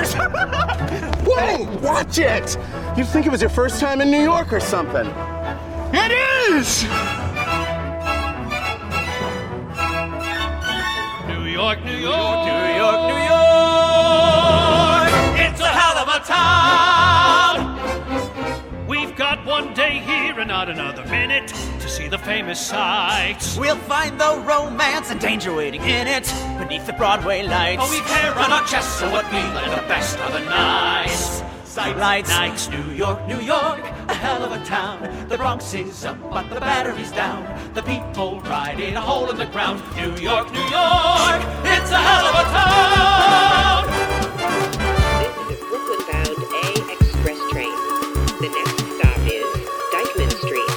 thing. Watch it. You'd think it was your first time in New York or something. It is. New York, New York, New York, New York. It's a hell of a town. We've got one day here and not another minute to see the famous sights. We'll find the romance and danger waiting in it beneath the Broadway lights. Oh, we've hair on our chests, so what we like the best are the nights. Sightlights, Nights, New York, New York, a hell of a town. The Bronx is up, but the battery's down. The people ride in a hole in the ground. New York, New York, it's a hell of a town. This is a Brooklyn bound A express train. The next stop is Dyckman Street.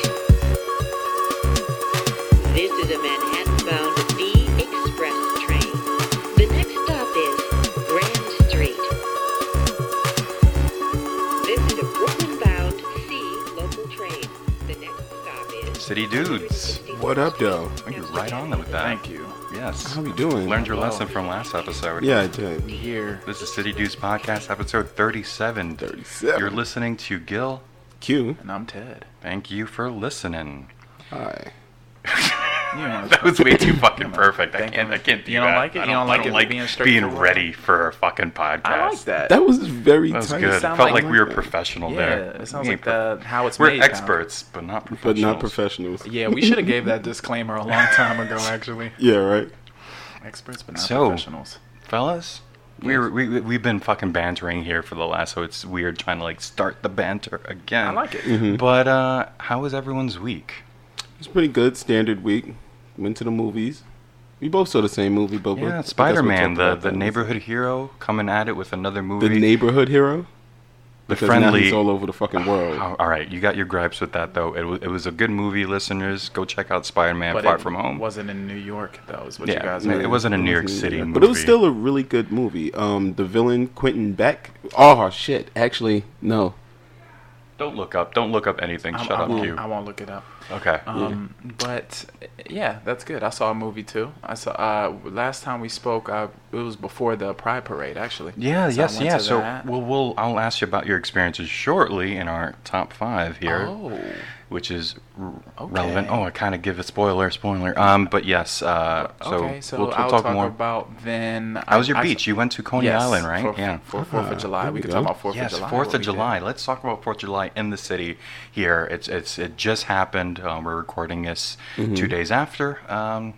This is a Manhattan bound B express train. The next stop is Grand Street. This is a Brooklyn bound C local train. The next stop is City dudes. What up, though? I think you're right on with that. Thank you. Yes. How we doing? Learned your lesson from last episode. Yeah, I did. Here. This is City Dudes Podcast, episode 37. 37. You're listening to Gil. Q. And I'm Ted. Thank you for listening. Hi. You know, That was way too fucking perfect. I Thank can't. you. I can't do You don't that. like it? I You don't, don't I like it being straightforward? ready for a fucking podcast. I like that. That was very That was tight. good. It sound felt like, like- we were professional yeah, there. it sounds We like ain't prof- the, how it's We're made. pal. experts, but not But professionals. not professionals. Yeah, we should have gave that disclaimer a long time ago. Actually, Yeah, right. experts, but not So- professionals. fellas. We were, we, we- we've been fucking bantering here for the last, so it's weird trying to like start the banter again. I like it. Mm-hmm. But uh, how was everyone's week? It's pretty good. Standard week. Went to the movies. We both saw the same movie, but we'll- I Yeah, guess we'll Spider Man, talk the, about the that. neighborhood hero, coming at it with another movie. the neighborhood hero. the Because now friendly. he's all over the fucking world. Oh, all right, you got your gripes with that though. It was, it was a good movie, listeners. Go check out Spider Man But Far it From Home. wasn't in New York. That was what you yeah, guys. it were- wasn't a New York wasn't City either. movie, But it was still a really good movie. Um, the villain Quentin Beck. Oh shit! Actually, no. Don't look up. Don't look up anything. I'm- Shut I up, won't, Q. I won't look it up. Okay. Um, But yeah, that's good. I saw a movie too. I saw uh, last time we spoke. I, it was before the Pride Parade, actually. Yeah, So I yes, went yeah. to So that. we'll, we'll I'll ask you about your experiences shortly in our top five here, Oh. which is r- relevant. Okay. Oh, I kind of give a spoiler, spoiler. Um, but yes. Uh, so okay, so we'll, we'll I'll talk more. about then. How was your beach? You went to Coney Yes, Island, right? For, yeah. Ah, For Fourth of July, there we we could go. talk about Fourth yes, of July. Fourth what we of did. July. Let's talk about Fourth of July in the city here. It's it's it just happened. Um, we're recording this Mm-hmm. two days after, um,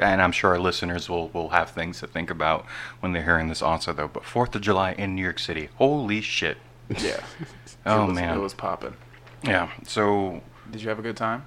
and I'm sure our listeners will will have things to think about when they're hearing this also though. But Fourth of July in New York City, holy shit! Yeah. Oh it was, man, it was popping. yeah. So Did you have a good time?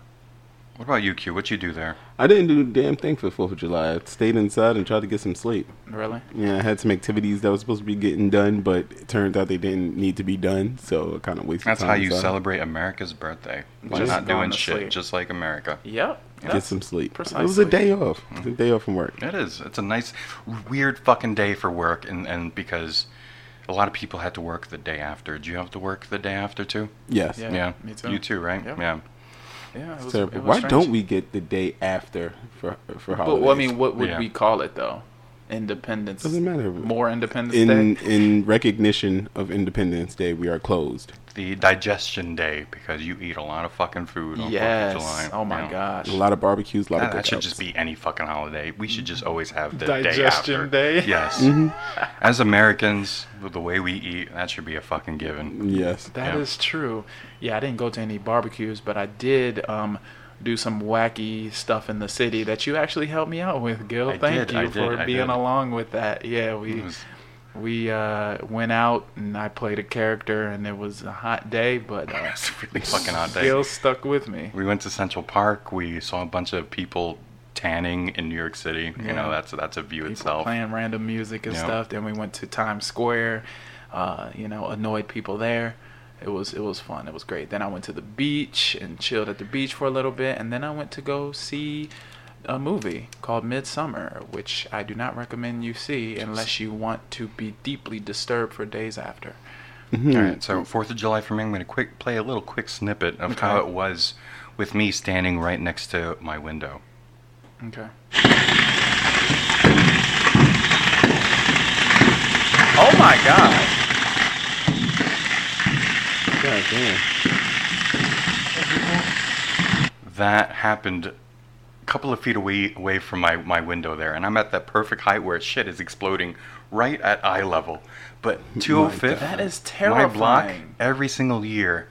what about you, Q? What you do there? I didn't do a damn thing for Fourth of July. I stayed inside and tried to get some sleep. Really? Yeah, I had some activities that was supposed to be getting done, but it turned out they didn't need to be done, so I kind of wasted That's time. how you so celebrate America's birthday. By Just not going doing to shit, sleep. just like America. Yep. Get that's- some sleep. It was a precisely. day off. It was a day off from work. It is. It's a nice, weird fucking day for work, and, and because a lot of people had to work the day after. Do you have to work the day after too? Yes. Yeah. me too. You too, right? Yep. Yeah. Yeah. It was, Terrible. it was Why strange. don't we get the day after for for holidays? But well, I mean, what would Yeah. we call it though? Independence. Doesn't matter. More Independence in Oh, Day. in recognition of Independence Day, we are closed. The digestion day because you eat a lot of fucking food on Yes. Fourth of July. Oh my Yeah. gosh. A lot of barbecues, a lot That, of that should just cookouts. be any fucking holiday. We should just always have the Digestion day after. day? Mm-hmm. Yes. As Americans, with the way we eat, that should be a fucking given. Yes. That is Yeah. true. Yeah, I didn't go to any barbecues, but I did um, do some wacky stuff in the city that you actually helped me out with, Gil. I Thank did, you I did, for I being did. along with that. Yeah, we It was- we uh, went out and I played a character, and it was a hot day, but uh, It's a really fucking hot day. Gil stuck with me. We went to Central Park. We saw a bunch of people tanning in New York City. You know, that's that's a view People itself. playing random music and Yeah. stuff. Then we went to Times Square. Uh, you know, annoyed people there. It was it was fun. It was great. Then I went to the beach and chilled at the beach for a little bit, and then I went to go see a movie called Midsummer, which I do not recommend you see unless you want to be deeply disturbed for days after. All right, so Fourth of July for me. I'm going to quick play a little quick snippet of how it was with me standing right next to my window. Okay. Oh my god! God damn. that happened a couple of feet away away from my, my window there and i'm at that perfect height where shit is exploding right at eye level but 205th That is my block terrifying. every single year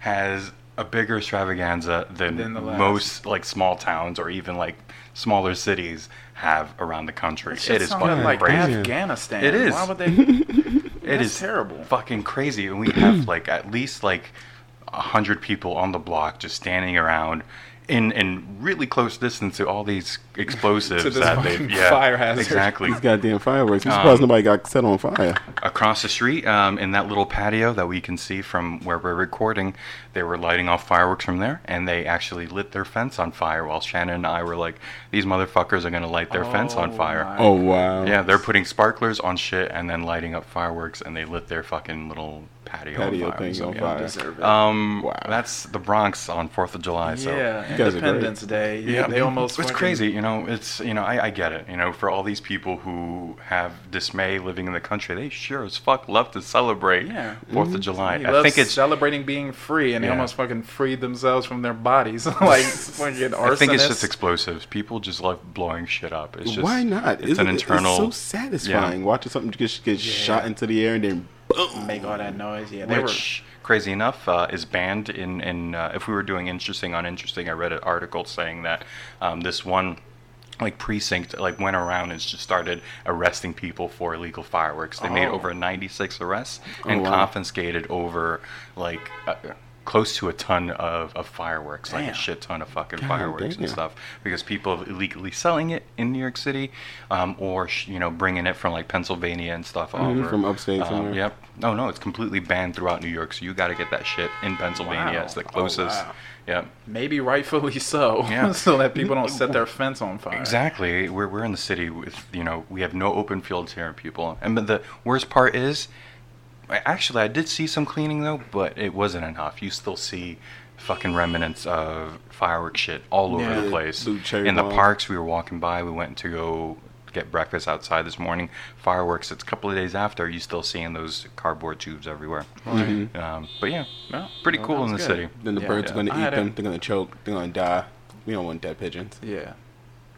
has a bigger extravaganza than, Than the last. most like small towns or even like smaller cities have around the country That shit it is sounded fucking like crazy Afghanistan. It is. Why would they? it That's is terrible. fucking crazy and we have like at least like a hundred people on the block just standing around in in really close distance to all these explosives To this that they fucking yeah fire hazard. exactly These goddamn fireworks. Uh, I'm surprised nobody got set on fire. across the street um, in that little patio that we can see from where we're recording they were lighting off fireworks from there and they actually lit their fence on fire while shannon and i were like these motherfuckers are going to light their fence on Oh fire my Oh wow. yeah they're putting sparklers on shit and then lighting up fireworks and they lit their fucking little patio, Patio on fire thing so, on yeah. fire. Deserve it. Um, Wow. that's the Bronx on Fourth of July. So yeah, You guys are great. Independence Day. Yeah, they almost. It's fucking- crazy, you know. It's you know, I, I get it. You know, for all these people who have dismay living in the country, they sure as fuck love to celebrate Yeah. Mm-hmm. 4th of July. He I loves think it's celebrating being free, and they Yeah. almost fucking freed themselves from their bodies, like fucking arsonists. I think it's just explosives. People just love blowing shit up. It's just Why not? It's an Isn't it- internal. It's so satisfying watching something just get shot into the air and then boom. make all that noise. Yeah, they which crazy enough uh, is banned in in uh, if we were doing interesting on interesting i read an article saying that um, this one like precinct like went around and just started arresting people for illegal fireworks they made Oh. over 96 arrests and wow. confiscated over like uh, close to a ton of, of fireworks like Damn. a shit ton of fucking fireworks damn. and stuff because people are illegally selling it in new york city um, or sh- you know bringing it from like pennsylvania and stuff over from upstate um, somewhere. yep no no it's completely banned throughout new york so you got to get that shit in pennsylvania Wow. it's the Oh, closest wow. yep maybe rightfully so, Yeah. so that people don't set their fence on fire. Exactly. We're, we're in the city with, you know, we have no open fields here, people. And but the worst part is, I- actually, I did see some cleaning though, but it wasn't enough. You still see fucking remnants of fireworks shit all over Yeah. the place. Blue cherry in the bomb. parks, we were walking by. We went to go get breakfast outside this morning. Fireworks. It's a couple of days after. You still seeing those cardboard tubes everywhere. Um, but yeah, Well, pretty well, cool Oh, that in the was city. good. Then the Yeah, birds yeah. are gonna I eat had a- them. They're gonna choke. They're gonna die. We don't want dead pigeons. Yeah,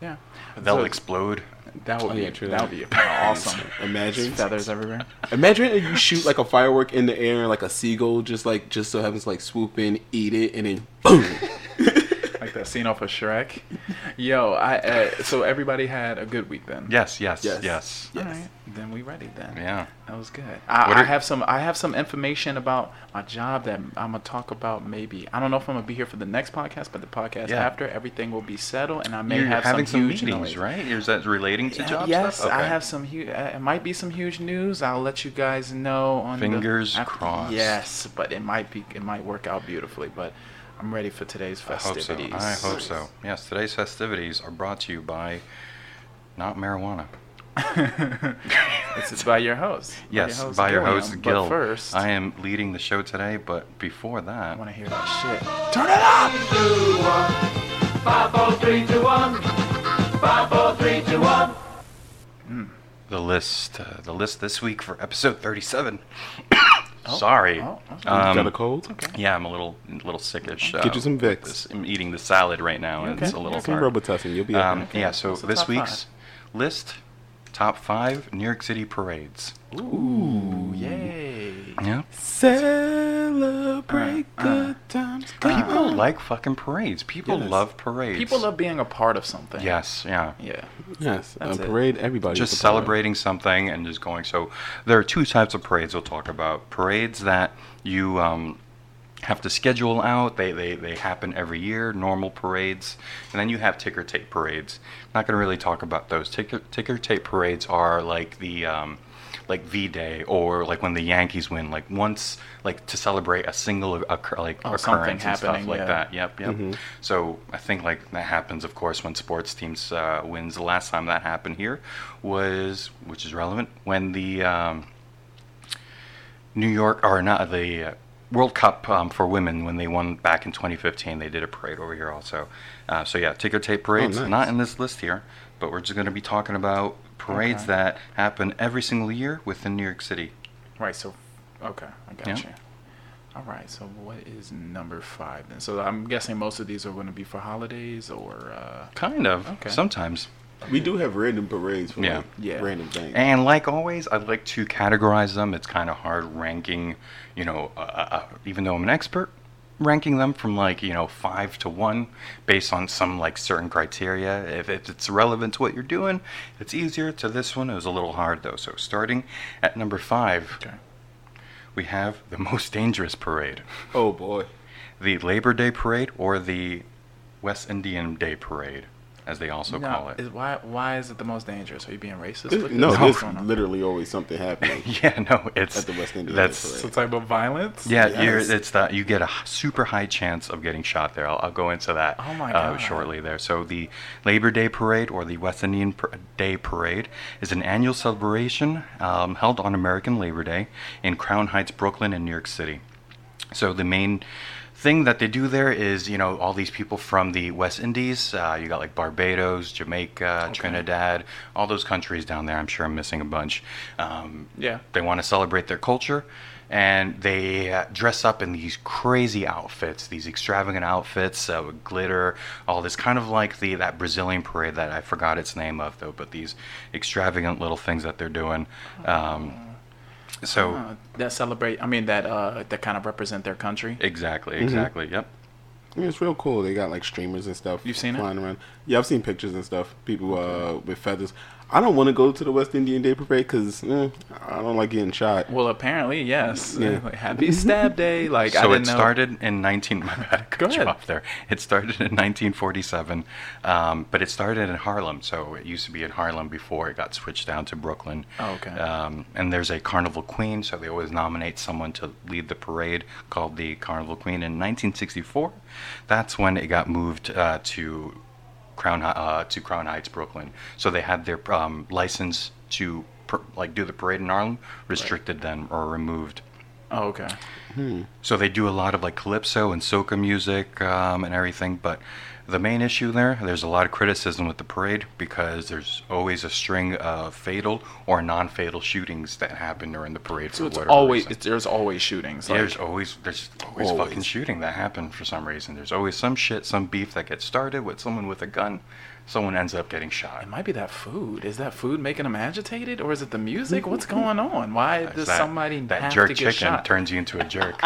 yeah. They'll So explode. that would Oh, be yeah, true. that would be awesome. Imagine. Feathers everywhere. Imagine if you shoot like a firework in the air, like a seagull, just like just so happens to, like swoop in, eat it, and then boom. like that scene off of Shrek. Yo, I uh, so everybody had a good week then. Yes, yes, Yes. yes. All right, then we ready then. Yeah. That was good. I, What I are- have some. I have some information about my job that I'm gonna talk about. Maybe I don't know if I'm gonna be here for the next podcast, but the podcast Yeah. after everything will be settled, and I may You're have having some, some, huge meetings, noise. right? Is that relating to Yeah, job yes, stuff? I Okay. have some huge. Uh, it might be some huge news. I'll let you guys know on the- Fingers crossed. Yes, but it might be. It might work out beautifully. But I'm ready for today's I hope so. festivities. I hope so. Yes, today's festivities are brought to you by not marijuana. This is by your host. by your Yes, by your Gilliam. host, Gil. But first, I I am leading the show today, but before that, want to hear that shit. the list, uh, the list this week for episode 37. Sorry. oh, Um, Got a cold? Okay. Yeah, I'm a little, little sickish. uh, Get you some Vicks. This, I'm eating the salad right now, and okay? it's a little Some hard. Robitussin. You'll be Um, okay. Yeah, so What's the this top week's list top five New York City parades. Yay. Yeah. Celebrate good times. Uh-huh. People like fucking parades. People Yes. love parades. People love being a part of something. Yes, yeah. Yeah. Yes, a That's it. parade. Everybody Just is a parade. celebrating something and just going. So there are two types of parades we'll talk about. Parades that you um, have to schedule out. They, they they happen every year. Normal parades, and then you have ticker tape parades. not gonna really talk about those. Ticker ticker tape parades are like the um, like V Day or like when the Yankees win. Like once like to celebrate a single occur- like Oh, something occurrence and stuff happening, like yeah. that. Yep, yep. So I think like that happens, of course, when sports teams uh, wins. The last time that happened here was, which is relevant, when the um, New York or not the uh, World Cup um, for women when they won back in 2015. They did a parade over here also. Uh, so yeah, ticker Oh, tape parades nice. not in this list here, but we're just going to be talking about parades Okay. that happen every single year within New York City. Right, so, okay, I got Yeah. you. All right, so what is number five then? So I'm guessing most of these are going to be for holidays or. Uh, Kind of. Okay. Sometimes. We do have random parades for Yeah. like Yeah. random things. And like always, I like to categorize them. It's kind of hard ranking, you know, uh, uh, uh, even though I'm an expert, ranking them from like, you know, five to one based on some like certain criteria. If, if it's relevant to what you're doing, it's easier. To this one, it was a little hard though. So starting at number five, Okay. we have the most dangerous parade oh boy. the Labor Day Parade or the West Indian Day Parade, as they also no, call it. is- why, why is it the most dangerous? Are you being racist? with No, this? there's What's going on? literally always something happening. yeah, no, it's At the West Indian Day That's Parade. Some type of violence? Yeah, you're, Yes. it's that you get a h- super high chance of getting shot there. I'll, I'll go into that Oh my uh, God. shortly there. So the Labor Day Parade or the West Indian Par- Day Parade is an annual celebration um, held on American Labor Day in Crown Heights, Brooklyn, and New York City. So the main thing that they do there is, you know, all these people from the West Indies. Uh, you got like Barbados, Jamaica, Trinidad, all those countries down there. I'm sure I'm missing a bunch. Um, Yeah. they want to celebrate their culture, and they uh, dress up in these crazy outfits, these extravagant outfits uh, with glitter, all this kind of like the that Brazilian parade that I forgot its name of though, but these extravagant little things that they're doing. Um, so. Uh, that celebrate, I mean, that uh, that kind of represent their country. Exactly, exactly. Yep. I mean, it's real cool. They got like streamers and stuff. You've seen it? flying around. Yeah, I've seen pictures and stuff. People uh, with feathers. I don't want to go to the West Indian Day Parade because I don't like getting shot. Well, apparently, yes. Yeah. Like, happy Stab Day. Like, I so didn't it know. started in 19 my bad, I Go cut you ahead. off there it started in 1947 um, but it started in harlem so it used to be in harlem before it got switched down to brooklyn Oh, okay. um, and there's a carnival queen so they always nominate someone to lead the parade called the carnival queen in 1964 that's when it got moved uh, to Crown Hi- uh, to Crown Heights, Brooklyn. So they had their um, license to per, like do the parade in Harlem restricted then or removed. Oh, okay. So they do a lot of like calypso and soca music um, and everything, but the main issue there, there's a lot of criticism with the parade because there's always a string of fatal or non-fatal shootings that happen during the parade. So for it's whatever always, reason. it's, there's always shootings. Yeah, Like, there's always there's always, Always. fucking shooting that happened for some reason. There's always some shit, some beef that gets started with someone with a gun. Someone ends up getting shot. It might be that food. Is that food making them agitated, or is it the music? What's going on? Why does that, somebody that have jerk to chicken get shot? turns you into a jerk?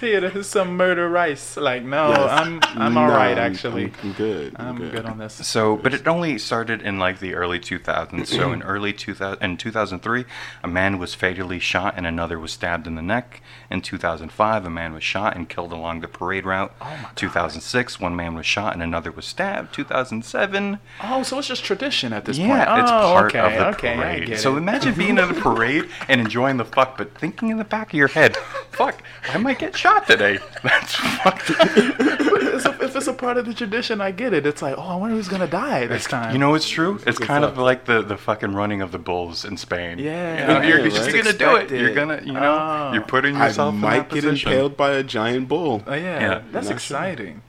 There's some murder rice. Like, no, Yes. I'm I'm Nah, all right actually. I'm, I'm good. I'm good on this. So, but it only started in like the early 2000s. so, in early 2000, in 2003, a man was fatally shot and another was stabbed in the neck. In 2005, a man was shot and killed along the parade route. Oh my God. 2006, one man was shot and another was stabbed. 2007, Oh, so it's just tradition at this point. yeah, it's Oh, part okay, of the okay, I parade. get so it. imagine being at a parade and enjoying the fuck, but thinking in the back of your head, "Fuck, I might get shot today." That's fucked. up. It's a- if it's a part of the tradition, I get it. It's like, oh, I wonder who's gonna die this time. You know, it's true. It's Good kind of fuck. like the, the fucking running of the bulls in Spain. Yeah, you know, I you're, you're know, right? gonna do it. Expected. You're gonna, you know, Oh. you're putting I yourself in might that get position. impaled by a giant bull. Oh yeah, Yeah. that's Not sure. exciting.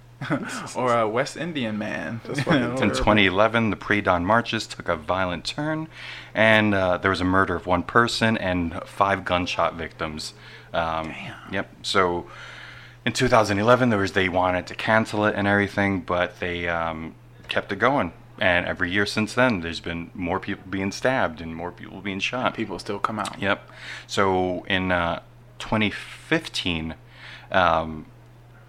or a West Indian man. In Or- 2011, the pre-dawn marches took a violent turn, and uh, there was a murder of one person and five gunshot victims. Um, Yep. So, in 2011, there was they wanted to cancel it and everything, but they um, kept it going. And every year since then, there's been more people being stabbed and more people being shot. People still come out. Yep. So in uh, 2015, um,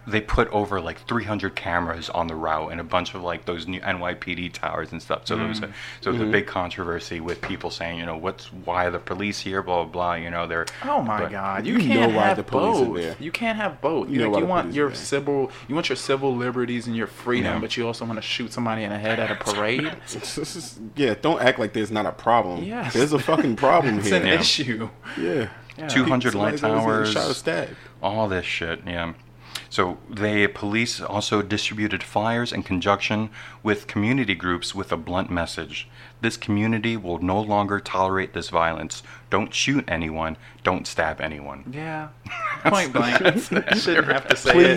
they put over like 300 cameras on the route and a bunch of like those new NYPD towers and stuff. So there was a, so it was a big controversy with people saying, you know, what's why are the police here, blah blah blah. You know, they're Oh my but- God! You, You know can't why have the police are both. there. You can't have both. You, know like, why you the want police are your there. civil, you want your civil liberties and your freedom, Yeah. but you also want to shoot somebody in the head at a parade. yeah, don't act like there's not a problem. Yes. There's a fucking problem it's here. an Yeah. issue. Yeah. Yeah. Two- 200 Somebody's light always getting Shot or towers. stabbed. all this shit. Yeah. So they police also distributed flyers in conjunction with community groups with a blunt message. This community will no longer tolerate this violence. Don't shoot anyone. Don't stab anyone. Yeah. Point blank. I shouldn't have to say it.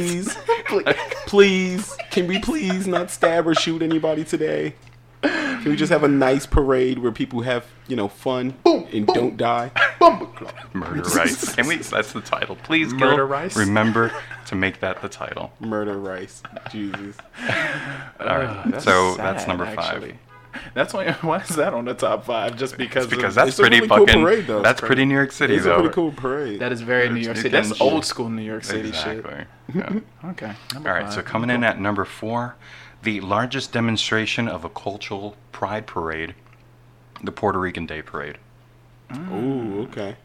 Please, pl- please, can we please not stab or shoot anybody today? Can we just have a nice parade where people have, you know, fun and don't die? Bumble Club. Murder Rice. Can we? That's the title. Please, Gil, Murder Rice? remember to make that the title. Murder rice. Jesus. All right. That's so sad, that's number five. actually. That's why. Why is that on the top five? Just because? It's because of- that's it's a pretty really cool fucking. parade, though. that's pretty New York City It's a though. pretty cool parade. that is very New York City. That's Exactly. old school New York City shit. exactly. Yeah. Okay. All right, so coming in at number four, the largest demonstration of a cultural pride parade, the Puerto Rican Day Parade. Ooh, okay.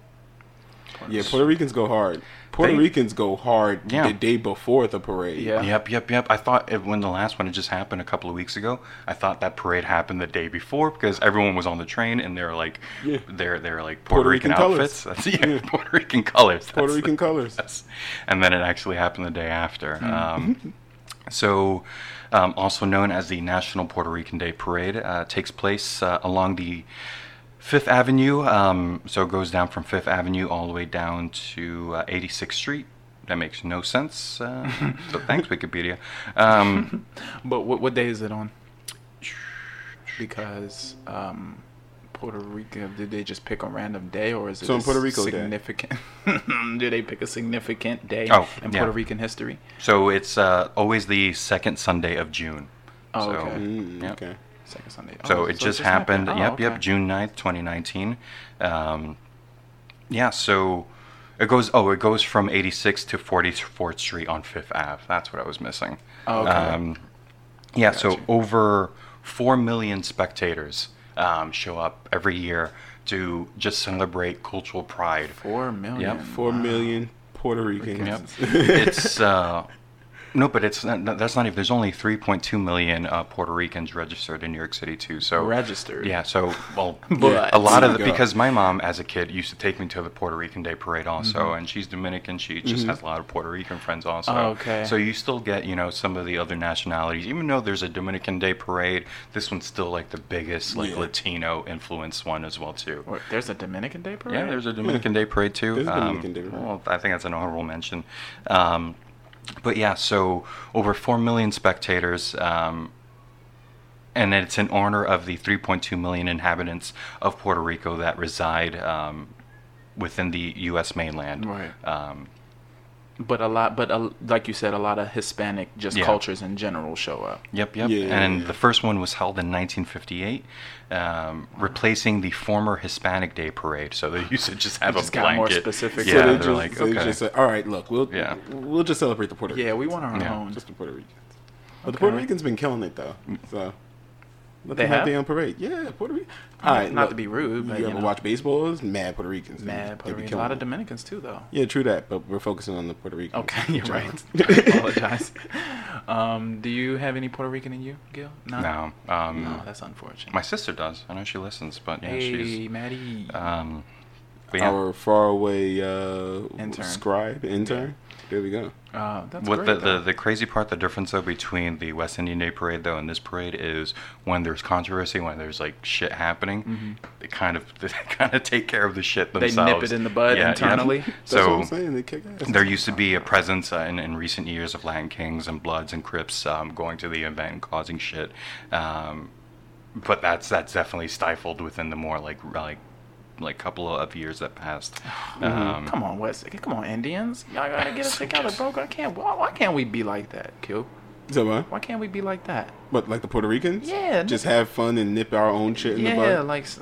Yeah, Puerto Ricans go hard. Puerto They- Ricans go hard Yeah. the day before the parade. Yeah. Yep, yep, yep. I thought it, when the last one it just happened a couple of weeks ago, I thought that parade happened the day before because everyone was on the train and they're like, Yeah. they're they're like Puerto Puerto, Rican, Rican colours. outfits. That's, yeah, Puerto Rican colors. Puerto That's the- Rican colors. Yes. And then it actually happened the day after. Mm-hmm. Um, so, um, also known as the National Puerto Rican Day Parade, uh, takes place uh, along the Fifth Avenue. Um, so it goes down from Fifth Avenue all the way down to uh, 86th Street. That makes no sense. Uh, so thanks, Wikipedia. Um, But what what day is it on? Because um, Puerto Rico, did they just pick a random day, or is it So in a Puerto Rico Day. significant? do they pick a significant day Oh, in yeah. Puerto Rican history? so it's uh, always the second Sunday of June. Oh, so, okay. Mm, yep. Okay. Second Sunday. So Oh, it just happened. Oh, yep, okay. yep. June 9th, 2019. Um, yeah, so it goes, oh, it goes from 86th to 44th Street on Fifth Ave. That's what I was missing. Oh, okay. Um, yeah, so Gotcha. over 4 million spectators um, show up every year to just celebrate cultural pride. Four million. Yep. Four million Puerto Ricans. Yep. it's uh, no, but it's not, no, that's not even. There's only 3.2 million uh, Puerto Ricans registered in New York City too. So Registered. Yeah. So well, But- a lot of the There you go. because my mom as a kid used to take me to the Puerto Rican Day Parade also, Mm-hmm. and she's Dominican. She just has a lot of Puerto Rican friends also. Oh, Okay. So you still get you know some of the other nationalities, even though there's a Dominican Day Parade. This one's still like the biggest like Yeah. Latino influence one as well too. Wait, there's a Dominican Day parade. Yeah, there's a Dominican Day Parade too. There's a Um, Dominican Day Parade. Well, I think that's an honorable mention. Um, but yeah, so over 4 million spectators, um, and it's in honor of the 3.2 million inhabitants of Puerto Rico that reside um, within the U.S. mainland. Right. Um, but a lot. But a, like you said, a lot of Hispanic just Yeah. cultures in general show up. Yep, yep. Yeah, yeah, and yeah. the first one was held in 1958, um, replacing the former Hispanic Day Parade. So they used to just have It just a got blanket. more specific. Yeah, So they are just, like, so they okay. just said, all right, look, we'll Yeah. we'll just celebrate the Puerto Ricans. Yeah, we want our Yeah. own. Just the Puerto Ricans. Mm. But the Puerto Okay. Ricans been killing it though. So let They them have have? Uh, their own parade. Yeah, Puerto Rican. All right, Not look, to be rude, but you you ever know. watch baseball? It's mad Puerto Ricans. They- they Mad Puerto be Rican. A killing lot of it. Dominicans too, though. Yeah, true that. But we're focusing on the Puerto Ricans. Okay, you're John. right. I apologize. Um, do you have any Puerto Rican in you, Gil? No. Um, No, that's unfortunate. My sister does. I know she listens, but yeah, hey, she's. Maddie. Um, but yeah, Our faraway uh, Intern. scribe intern. There we go. uh, that's what the, great, the, though. the crazy part, the difference though between the West Indian Day Parade though and this parade is when there's controversy, when there's like shit happening, they kind of they kind of take care of the shit Mm-hmm. nip themselves. it in the bud internally. That's what So I'm saying. They kick ass. there used to be a presence uh, in, in recent years of Latin Kings and Bloods and Crips um, going to the event and causing shit, um, but that's that's definitely stifled within the more like like like couple of years that passed. Mm-hmm. Um, Come on, West. Come on, Indians. Y'all gotta get us together, bro. I can't. Why, why can't we be like that, Gil? So what? Why can't we be like that? But like the Puerto Ricans? Yeah, Just have fun and nip our own shit in the Yeah, bud. like. s-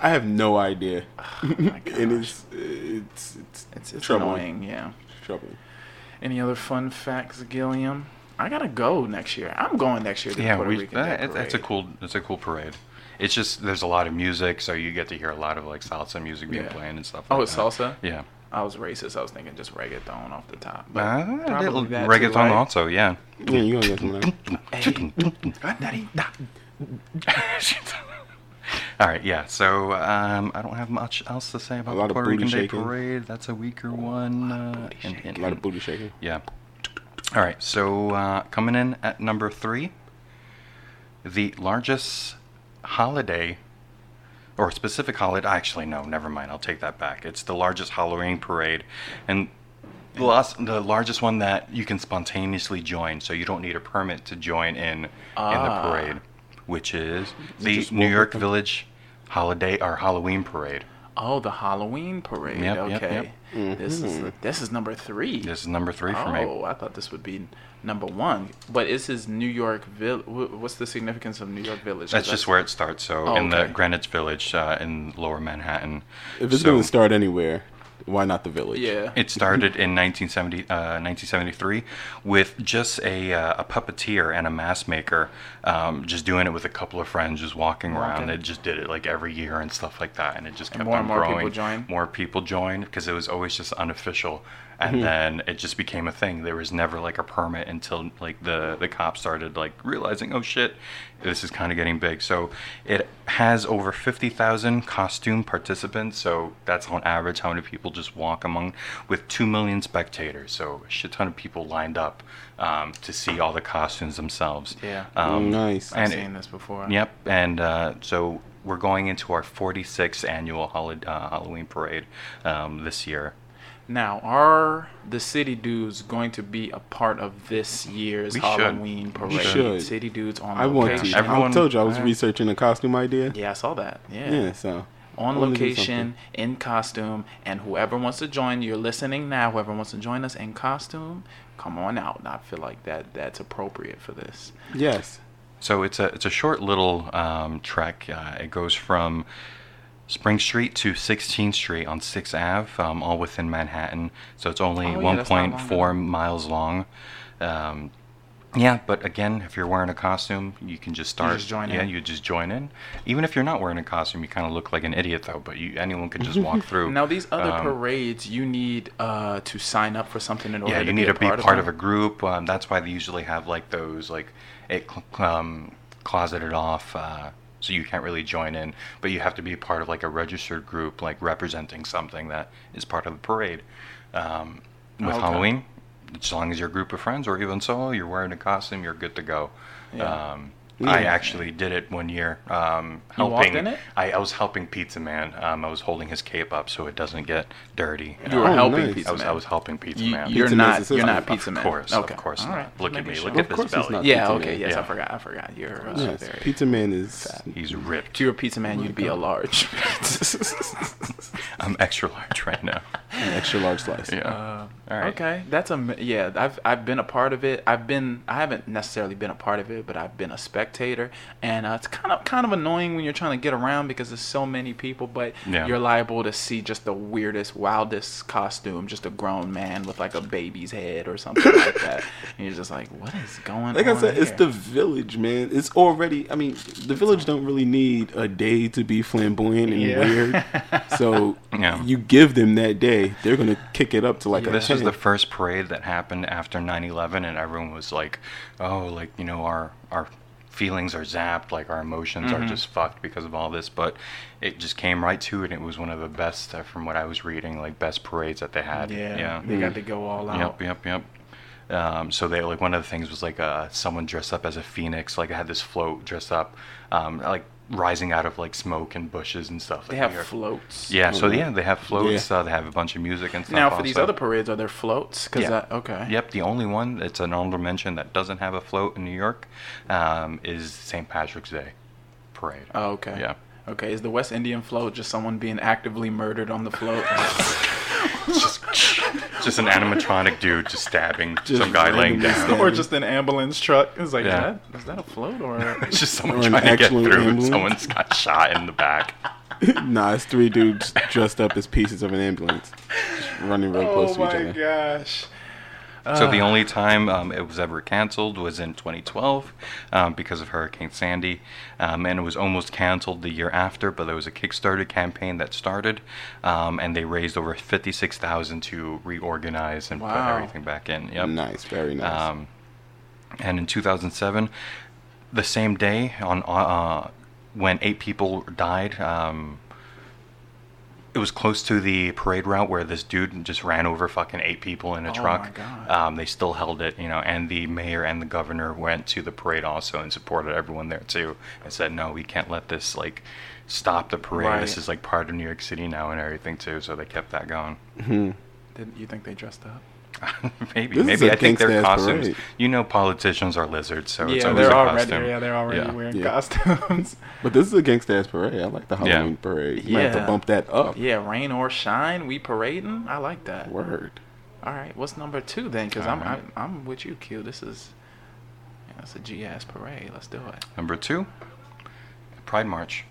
I have no idea. My gosh. and it's it's it's, it's, it's troubling. annoying. Yeah. Troubling. Any other fun facts, Gilliam? I gotta go next year. I'm going next year to yeah, Puerto we, Rican. Day that, it, that's a Parade. cool it's a cool parade. It's just there's a lot of music, so you get to hear a lot of like salsa music being Yeah. played and stuff. Oh, like it's that. salsa? Yeah, I was racist. I was thinking just reggaeton off the top. But uh, probably little that too, reggaeton right? also. Yeah, Yeah, you gonna get some of that. All right, yeah. So um, I don't have much else to say about lot the of Puerto booty Rican Day shaking. Parade. That's a weaker one. uh, in- in- A lot of booty shaking. yeah. All right. So uh, coming in at number three, the largest holiday, or specific holiday. Actually, no. Never mind. I'll take that back. It's the largest Halloween parade, and the last, the largest one that you can spontaneously join. So you don't need a permit to join in in the Ah. parade, which is the just New walk York up and- Village Holiday or Halloween Parade. Oh, the Halloween parade. Yep, okay. yep, This Mm-hmm. is this is number three. This is number three for me. oh, I thought this would be number one, but this is New York Village. What's the significance of New York Village? 'Cause That's just where it starts. So Oh, in the okay. Greenwich Village uh, in Lower Manhattan. If it's So gonna start anywhere, why not the village? Yeah. it started in 1970, uh, 1973 with just a, uh, a puppeteer and a mask maker um, just doing it with a couple of friends just walking around. Walking. They just did it like every year and stuff like that. And it just And kept more on and more people growing. joined? More people joined because it was always just unofficial. And Mm-hmm. then it just became a thing. There was never like a permit until like the, the cops started like realizing, oh shit, this is kind of getting big. So it has over 50,000 costume participants. So that's on average how many people just walk among with 2 million spectators. So a shit ton of people lined up um, to see all the costumes themselves. Yeah. Um, Nice. I've and seen it- this before. Yep, and uh, so we're going into our 46th annual holi- uh, Halloween parade um, this year. Now, are the city dudes going to be a part of this year's We should. Halloween parade? should. City dudes on I want location. to. Everyone- I told you I was Alright. researching a costume idea. Yeah, I saw that. Yeah. Yeah, so On I wanna do location, in costume, and whoever wants to join, you're listening now. Whoever wants to join us in costume, come on out. I feel like that that's appropriate for this. something. Yes. So it's a it's a short little um, trek. Uh, it goes from Spring Street to 16th Street on 6th Ave, um, all within Manhattan. So it's only Oh, yeah, that's not long 1.4 miles long. Um, yeah, but again, if you're wearing a costume, you can just start. just join yeah, in. you just join in. Even if you're not wearing a costume, you kind of look like an idiot though. But you, anyone could just walk through. Now, these other Um, parades, you need uh, to sign up for something in order yeah, to you need to be part of them. a group. Um, that's why they usually have like those like it cl- um, closeted off, uh, so you can't really join in. But you have to be part of like a registered group, like representing something that is part of the parade. Um, with Okay. Halloween, as long as you're a group of friends or even solo, you're wearing a costume, you're good to go. Um, I actually did it one year. Um, You helping, walked in it? I, I was helping Pizza Man. Um, I was holding his cape up so it doesn't get dirty. You were Oh, helping nice. Pizza I was, Man. I was helping Pizza You, Man. You're Pizza Man's not. assistant. You're not Of Pizza Man. Of course, okay. of course All not. right. Look at Making me. sure. Look Of at this course he's belly. not. Yeah. Pizza okay. Man. Yes, I Yeah. forgot. I forgot. You're uh, Yes. very. Pizza Man is He's ripped. to your Pizza Man, you'd be a large. I'm extra large right now. an extra large slice. Yeah. All right. Uh, Okay, that's a m- yeah. I've I've been a part of it. I've been I haven't necessarily been a part of it, but I've been a spectator, and uh, it's kind of kind of annoying when you're trying to get around because there's so many people. But Yeah. you're liable to see just the weirdest, wildest costume, just a grown man with like a baby's head or something like that, and you're just like, what is going Like on? I said, it's here?" the village, man. It's already. I mean, the village don't really need a day to be flamboyant and Yeah. weird. So Yeah. you give them that day, they're gonna kick it up to like a This was 10. the first parade that happened after 9/11, and everyone was like, "Oh, like you know, our our feelings are zapped, like our emotions Mm-hmm. are just fucked because of all this." But it just came right to it. and It was one of the best, uh, from what I was reading, like best parades that they had. yeah, Yeah. they got to go all out. Yep, yep, yep. Um, so they like one of the things was like uh, someone dressed up as a phoenix, like had this float dressed up, um, like rising out of like smoke and bushes and stuff. They like, have we are- floats. yeah. So yeah, they have floats. Uh, they have a bunch of music and stuff. Now for these also. other parades, are there floats? Cause Yeah. I, okay. Yep, the only one that's an honorable mention that doesn't have a float in New York um, is St. Patrick's Day parade. Oh, okay. Yeah. Okay, is the West Indian float just someone being actively murdered on the float? Just an animatronic dude just stabbing Just some guy laying randomly down. stab- or just an ambulance truck? It's like, Yeah. is, that, is that a float or? It's just someone Or an trying to get actual through. and ambulance. Someone's got shot in the back. nah, it's three dudes dressed up as pieces of an ambulance, just running real close Oh to each other. gosh. So the only time um, it was ever canceled was in 2012 um, because of Hurricane Sandy, um, and it was almost canceled the year after. But there was a Kickstarter campaign that started, um, and they raised over 56,000 to reorganize and Wow. put everything back in. Yep. Nice, very nice. Um, and in 2007, the same day on uh, when eight people died, um, it was close to the parade route where this dude just ran over fucking eight people in a truck. Oh my God. Um, they still held it, you know, and the mayor and the governor went to the parade also and supported everyone there too and said, no, we can't let this like stop the parade. This Right. is like part of New York City now and everything too. So they kept that going. Did you think they dressed up? maybe, This is maybe a I think their gangsta-ass costumes. parade. You know, politicians are lizards, so it's Yeah, always they're a already costume. yeah they're already Yeah. wearing Yeah. costumes. But this is a gangsta ass parade. I like the Halloween parade. You might have to Yeah. bump that up. yeah, rain or shine, we parading. I like that. Word. All right, what's number two then? Because I'm, Alright. I'm I'm with you, Q. This is yeah, that's a G ass parade. Let's do it. Number two, Pride March.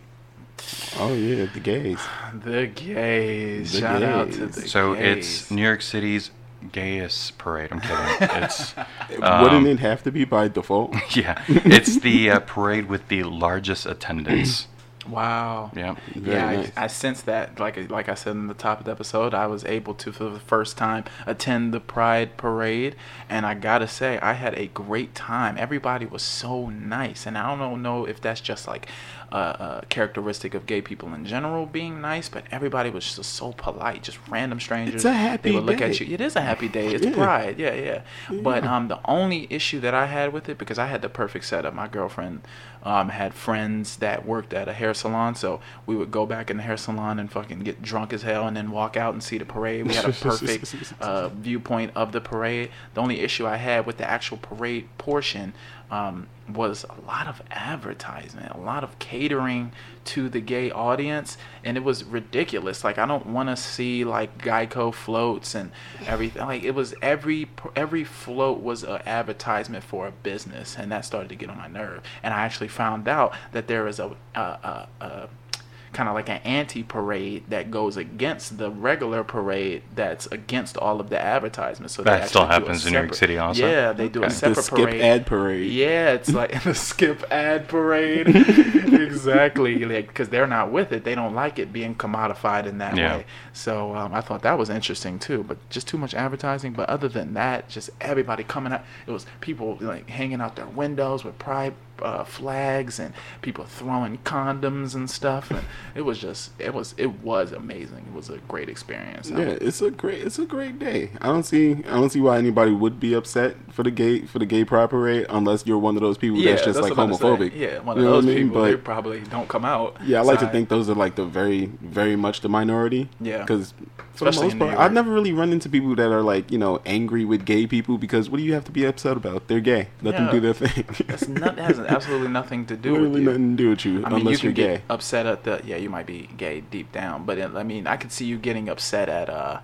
Oh yeah, the gays. The gays. The Shout out to gays. the so gays. it's New York City's gayest parade. I'm kidding. it's Um, Wouldn't it have to be by default? yeah, it's the uh, parade with the largest attendance. wow. yeah. Very Yeah, nice. I, I sense that. Like like I said in the top of the episode, I was able to for the first time attend the Pride Parade, and I gotta say I had a great time. Everybody was so nice, and I don't know- know if that's just like a, a characteristic of gay people in general being nice, but everybody was just so polite. Just random strangers. It's a happy They would look day. at you. It is a happy day. It's Yeah. Pride. Yeah, yeah. But um, the only issue that I had with it because I had the perfect setup. My girlfriend um, had friends that worked at a hair salon, so we would go back in the hair salon and fucking get drunk as hell, and then walk out and see the parade. We had a perfect uh, viewpoint of the parade. The only issue I had with the actual parade portion um, was a lot of advertisement, a lot of catering to the gay audience, and it was ridiculous. Like I don't want to see like Geico floats and everything. Like it was every every float was an advertisement for a business, and that started to get on my nerve. And I actually found out that there is a a, a, a kind of like an anti parade that goes against the regular parade that's against all of the advertisements. So they That still actually do a happens in New York separate- City also? Yeah, they do a Okay. separate the skip parade. ad parade. Yeah, it's like the skip ad parade. exactly, like because they're not with it, they don't like it being commodified in that Yeah. way. So um, I thought that was interesting too, but just too much advertising. But other than that, just everybody coming out. It was people like hanging out their windows with pride uh, flags and people throwing condoms and stuff. And it was just, it was, it was amazing. It was a great experience. I Yeah, it's a great it's a great day. I don't see I don't see why anybody would be upset for the gay for the gay pride parade unless you're one of those people that's just like what I'm saying. homophobic. Yeah, one You of know what those I mean? people. They But- probably don't come out. Yeah, I like So to think those are like the very, very much the minority. Yeah. because for the Especially most in New part, York. I've never really run into people that are like you know angry with gay people because what do you have to be upset about? They're gay. Let them Yeah. do their thing. It's not, it has absolutely nothing to do with Literally you. nothing to do with you I mean, you unless can you're get gay. upset at the. Yeah, you might be gay deep down, but it, I mean, I could see you getting upset at uh,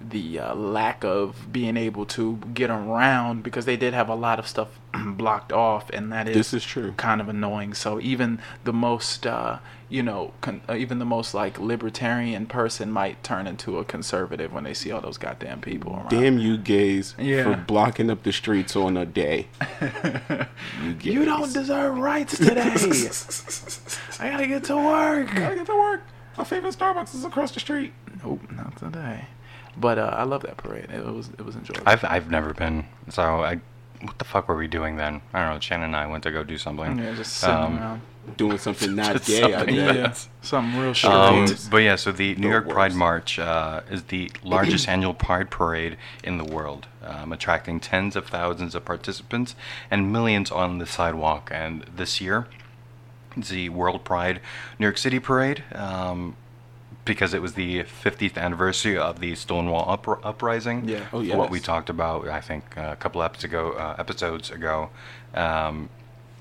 the uh, lack of being able to get around because they did have a lot of stuff blocked off, and that is This is true. kind of annoying. So even the most, uh, you know, con- uh, even the most like libertarian person might turn into a conservative when they see all those goddamn people around. Damn you gays for Yeah. blocking up the streets on a day. you, gays. You don't deserve rights today. I gotta get to work. I get to work. My favorite Starbucks is across the street. Nope, not today. But uh, I love that parade. It was it was enjoyable. I've I've never been. So I, what the fuck were we doing then? I don't know. Shannon and I went to go do something. yeah, just sitting Um, around. Doing something not Just gay. out something there. Yeah, something real short. Um, but yeah, so the New The York Pride worst. March uh, is the largest annual Pride parade in the world, um, attracting tens of thousands of participants and millions on the sidewalk. And this year, the World Pride New York City Parade, um, because it was the 50th anniversary of the Stonewall upri- uprising. Yeah. Oh, What we yes. talked about, I think, a couple episodes ago. Uh, episodes ago. Um,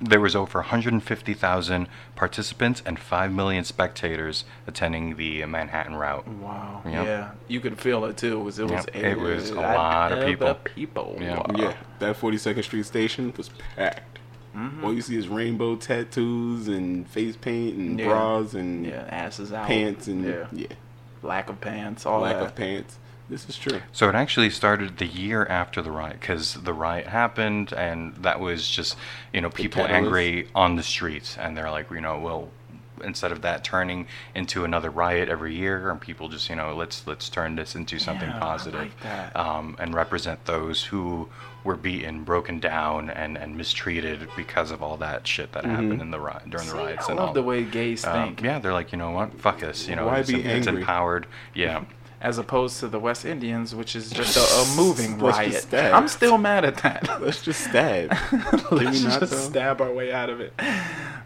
there was over 150,000 participants and 5 million spectators attending the Manhattan route. wow. Yep. Yeah, you could feel it too. It was it was Yep, it was a lot of people. people. Yeah. Yeah, that 42nd Street station was packed. Mm-hmm. All you see is rainbow tattoos and face paint and Yeah. bras and Yeah, asses out. pants and yeah, yeah. lack of pants. All lack that. of pants. This is true. So it actually started the year after the riot because the riot happened, and that was just you know people catalyst. angry on the streets, and they're like, you know, well, instead of that turning into another riot every year, and people just you know let's let's turn this into something Yeah, I positive, like that. um, and represent those who were beaten, broken down, and and mistreated because of all that shit that happened in the riot during the riots. Mm-hmm. I and all love the that. way gays Um, think. yeah, they're like, you know what, fuck this, you know, Why it's, be it's angry? empowered, yeah. as opposed to the West Indians, which is just a, a moving Let's just riot. stab. I'm still mad at that. Let's just stab. Can Let's we not just though? stab our way out of it.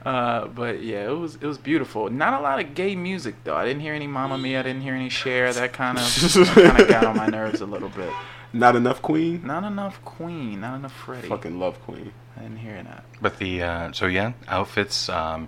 Uh, but yeah, it was it was beautiful. Not a lot of gay music though. I didn't hear any Mamma Mia. I didn't hear any Cher. That kind of kind of got on my nerves a little bit. Not enough Queen. Not enough Queen, not enough Freddie. Fucking love Queen. I didn't hear that. But the uh, so yeah, outfits um,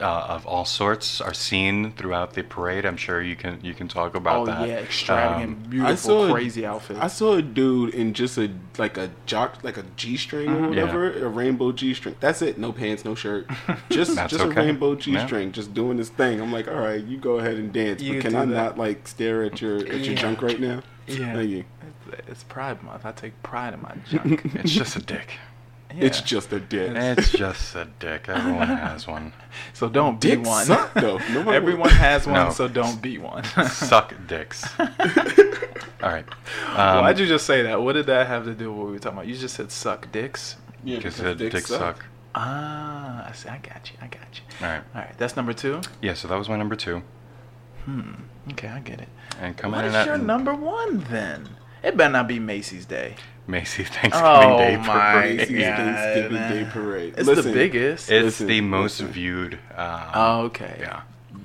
uh, of all sorts are seen throughout the parade. I'm sure you can you can talk about oh that. yeah, Um, extravagant, beautiful, I saw a- crazy outfits. I saw a dude in just a like a jock, like a G string Mm-hmm. or Yeah. whatever, a rainbow G string. That's it. No pants, no shirt. Just That's just okay. a rainbow Yeah. G string, just doing this thing. I'm like, all right, you go ahead and dance, You but can do I that. not like stare at your at your Yeah. junk right now? Yeah. Thank you. It's- It's Pride Month. I take pride in my junk. Um, it's just a dick. It's Yeah. just a dick. It's just a dick. Everyone has one. so don't be Dicks one. suck though. Nobody Everyone has one, No. so don't be one. Suck dicks. All right. Um, Why'd you just say that? What did that have to do with what we were talking about? You just said suck dicks. yeah, Because the dicks suck. Ah, I see. I got you. I got you. All right. All right. That's number two. Yeah. So that was my number two. Okay, I get it. And coming What in is at your number one then? It better not be Macy's Day. Macy's Thanksgiving Oh Day my parade. Macy's Yeah, Thanksgiving man. Day Parade. It's Listen, the biggest. It's Listen, the most listen. viewed. Um, oh, okay. yeah.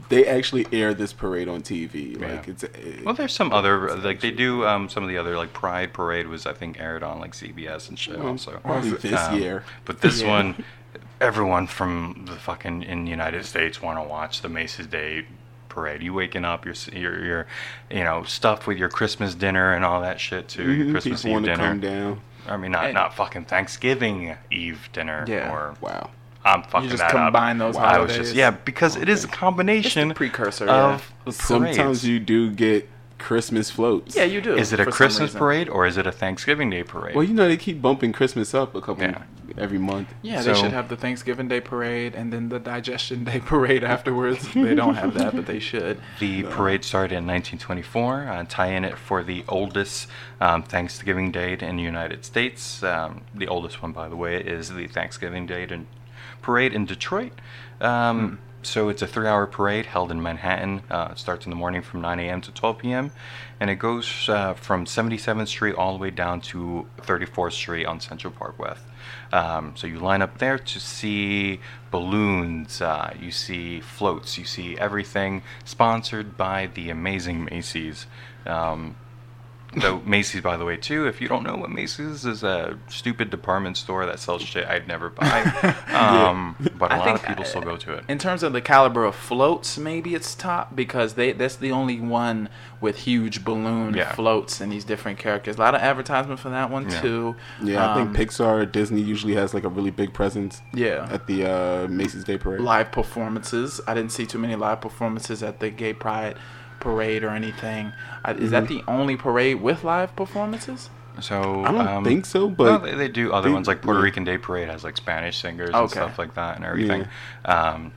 They actually air this parade on TV. Yeah. Like it's. It, Well, there's some other like they do um, some of the other like Pride Parade was I think aired on like CBS and shit also. probably this uh, Um, year. But this Yeah. one, everyone from the fucking in the United States want to watch the Macy's Day Parade. You waking up, you're s- you're, you're you know stuffed with your Christmas dinner and all that shit too. Your Mhm, Christmas people Eve want to come dinner. down. I mean, not And- not fucking Thanksgiving Eve dinner. Yeah. Or Wow. I'm fucking just that up. combine those I was just holidays. yeah because it is a combination precursor, of the parades. Sometimes you do get Christmas floats. Yeah, you do. Is it a for some Christmas reason. parade or is it a Thanksgiving Day parade? Well, you know they keep bumping Christmas up a couple Yeah. every month. Yeah, So- they should have the Thanksgiving Day parade and then the Digestion Day parade afterwards. they don't have that, but they should. the parade started in 1924, uh, tie in it for the oldest um, Thanksgiving date in the United States. Um, the oldest one, by the way, is the Thanksgiving date in, parade in Detroit. Hmm. Um, So it's a three hour parade held in Manhattan. Uh, it starts in the morning from 9 a.m. to 12 p.m. and it goes uh, from 77th Street all the way down to 34th Street on Central Park West. Um, so you line up there to see balloons, uh, you see floats, you see everything sponsored by the amazing Macy's. Um, though Macy's, by the way, too, if you don't know what Macy's is, is a stupid department store that sells shit I'd never buy. Um, But a I lot think of people I- still go to it. In terms of the caliber of floats, maybe it's top because they that's the only one with huge balloon Yeah. floats and these different characters. A lot of advertisement for that one Yeah. too. Yeah, I Um, think Pixar, Disney usually has like a really big presence. Yeah. At the uh, Macy's Day Parade. live performances. I didn't see too many live performances at the Gay Pride parade or anything. I, is Mm-hmm. that the only parade with live performances? So I don't um, think so, well, but they, they do other they- ones like Puerto yeah. Rican Day Parade has like Spanish singers and Okay. stuff like that and everything. Um,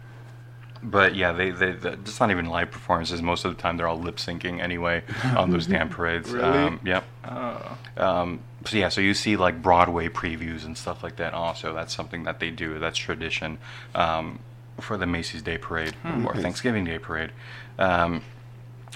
but yeah, they they the, it's not even live performances. Most of the time, they're all lip syncing anyway on those damn parades. Really? Oh. Um, yep. Um, so yeah, so you see like Broadway previews and stuff like that. Also, that's something that they do. That's tradition um, for the Macy's Day Parade Hmm. or Thanksgiving Day Parade. Um,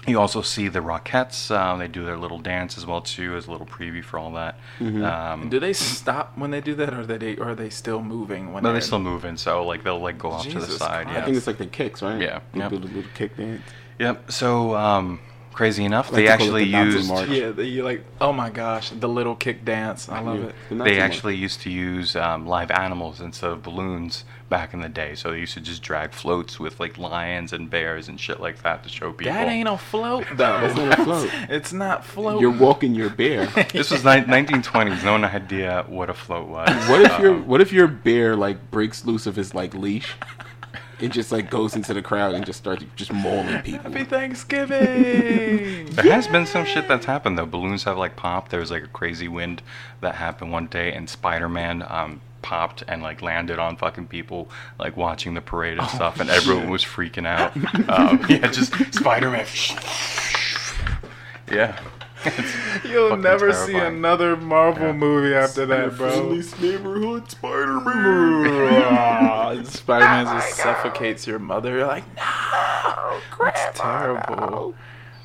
you also see the Rockettes. Um, they do their little dance as well too, as a little preview for all that. Mm-hmm. Um, Do they stop when they do that, or they or are they still moving when but they're they're still moving, so like they'll like go off to the Jesus side. Christ. Yeah. I think it's like the kicks, right? Yeah, They yep. do the little kick dance. Yep. So um, crazy enough, Like they to call it actually the Nazi used march. Yeah, they, you're like, oh my gosh, the little kick dance. I love Yeah, it. the Nazi they march. actually used to use um, live animals instead of balloons back in the day. So they used to just drag floats with like lions and bears and shit like that to show people. That ain't a float though. That's not a float. it's not float. You're walking your bear. this was ni- 1920s. No one had idea what a float was. What if Um, your What if your bear like breaks loose of his like leash? It just like goes into the crowd and just starts just mauling people. Happy Thanksgiving. There has been some shit that's happened though. Balloons have like popped. There was like a crazy wind that happened one day, and Spider-Man um, popped and like landed on fucking people like watching the parade Oh, and stuff, and everyone was freaking out. um, yeah, just Spider-Man. yeah. You'll Fucking never see terrifying. another Marvel movie after that, bro. Friendly's neighborhood Spider-Man. Spider Man just suffocates your mother. You're like, no, that's terrible.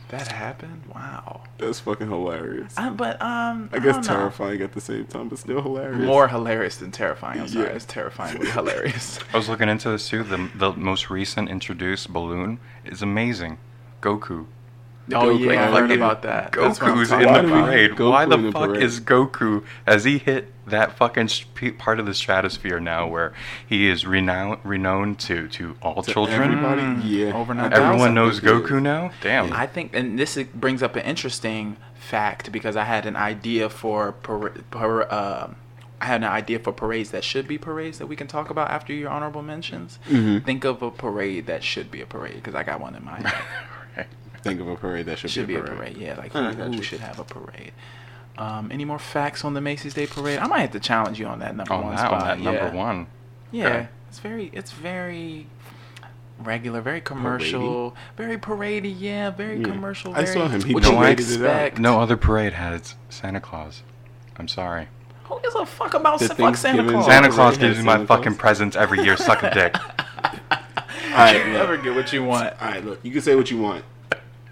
That happened. Wow. That's fucking hilarious. Uh, but um, I guess don't know. terrifying at the same time, but still hilarious. More hilarious than terrifying. I'm sorry, Yeah. it's terrifying but hilarious. I was looking into this too. The, the most recent introduced balloon is amazing. Goku. Oh Goku. yeah, I Like, heard it- about that. That's what I'm Goku's talking in the Why do we- about. parade. Goku Why in the the fuck parade? is Goku? Has he hit that fucking sp- part of the stratosphere now, where he is renowned, renowned to to all children? Everybody, yeah. Over nine I think Everyone so. knows I think it Goku is. now. Damn. I think, and this is- brings up an interesting fact because I had an idea for par- par- um I had an idea for parades that should be parades that we can talk about after your honorable mentions. Think of a parade that should be a parade because I got one in mind. Think of a parade that should, should be a be parade. a parade. Yeah, like I who, got who you. should have a parade? Um, any more facts on the Macy's Day Parade? I might have to challenge you on that number on one that, spot. on that number yeah. one. Yeah, Okay. it's very, it's very regular, very commercial, very paradey. Yeah, very commercial. I Very, saw him. He what you would paraded it out. expect. No other parade has Santa Claus. I'm sorry. Who gives a fuck about The fuck Santa Thanksgiving- Claus? Santa parade Claus has gives me my Santa Claus? fucking presents every year. Suck a dick. All right, You look. never get what you want. All right, look. You can say what you want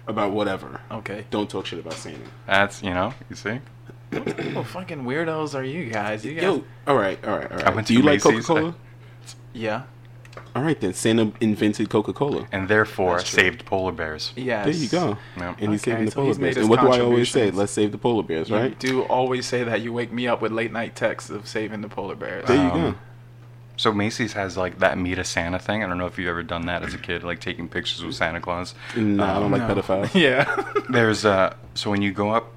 about whatever. Okay. Don't talk shit about Santa. That's you know. You see. What fucking weirdos are you guys? You guys. Yo, all right, all right, all right. went Do to you like Coca Macy's. Cola? Yeah. All right, then Santa invented Coca Cola. And therefore saved polar bears. Yes. There you go. Yeah. And he's Okay, saving the so polar he's made bears. his And what do I always say? contributions. Let's save the polar bears, You right? do always say that. You wake me up with late night texts of saving the polar bears. There you Um, go. So Macy's has like that meet a Santa thing. I don't know if you've ever done that as a kid, like taking pictures with Santa Claus. Nah, I don't like No. pedophiles. Yeah. There's uh, so when you go up,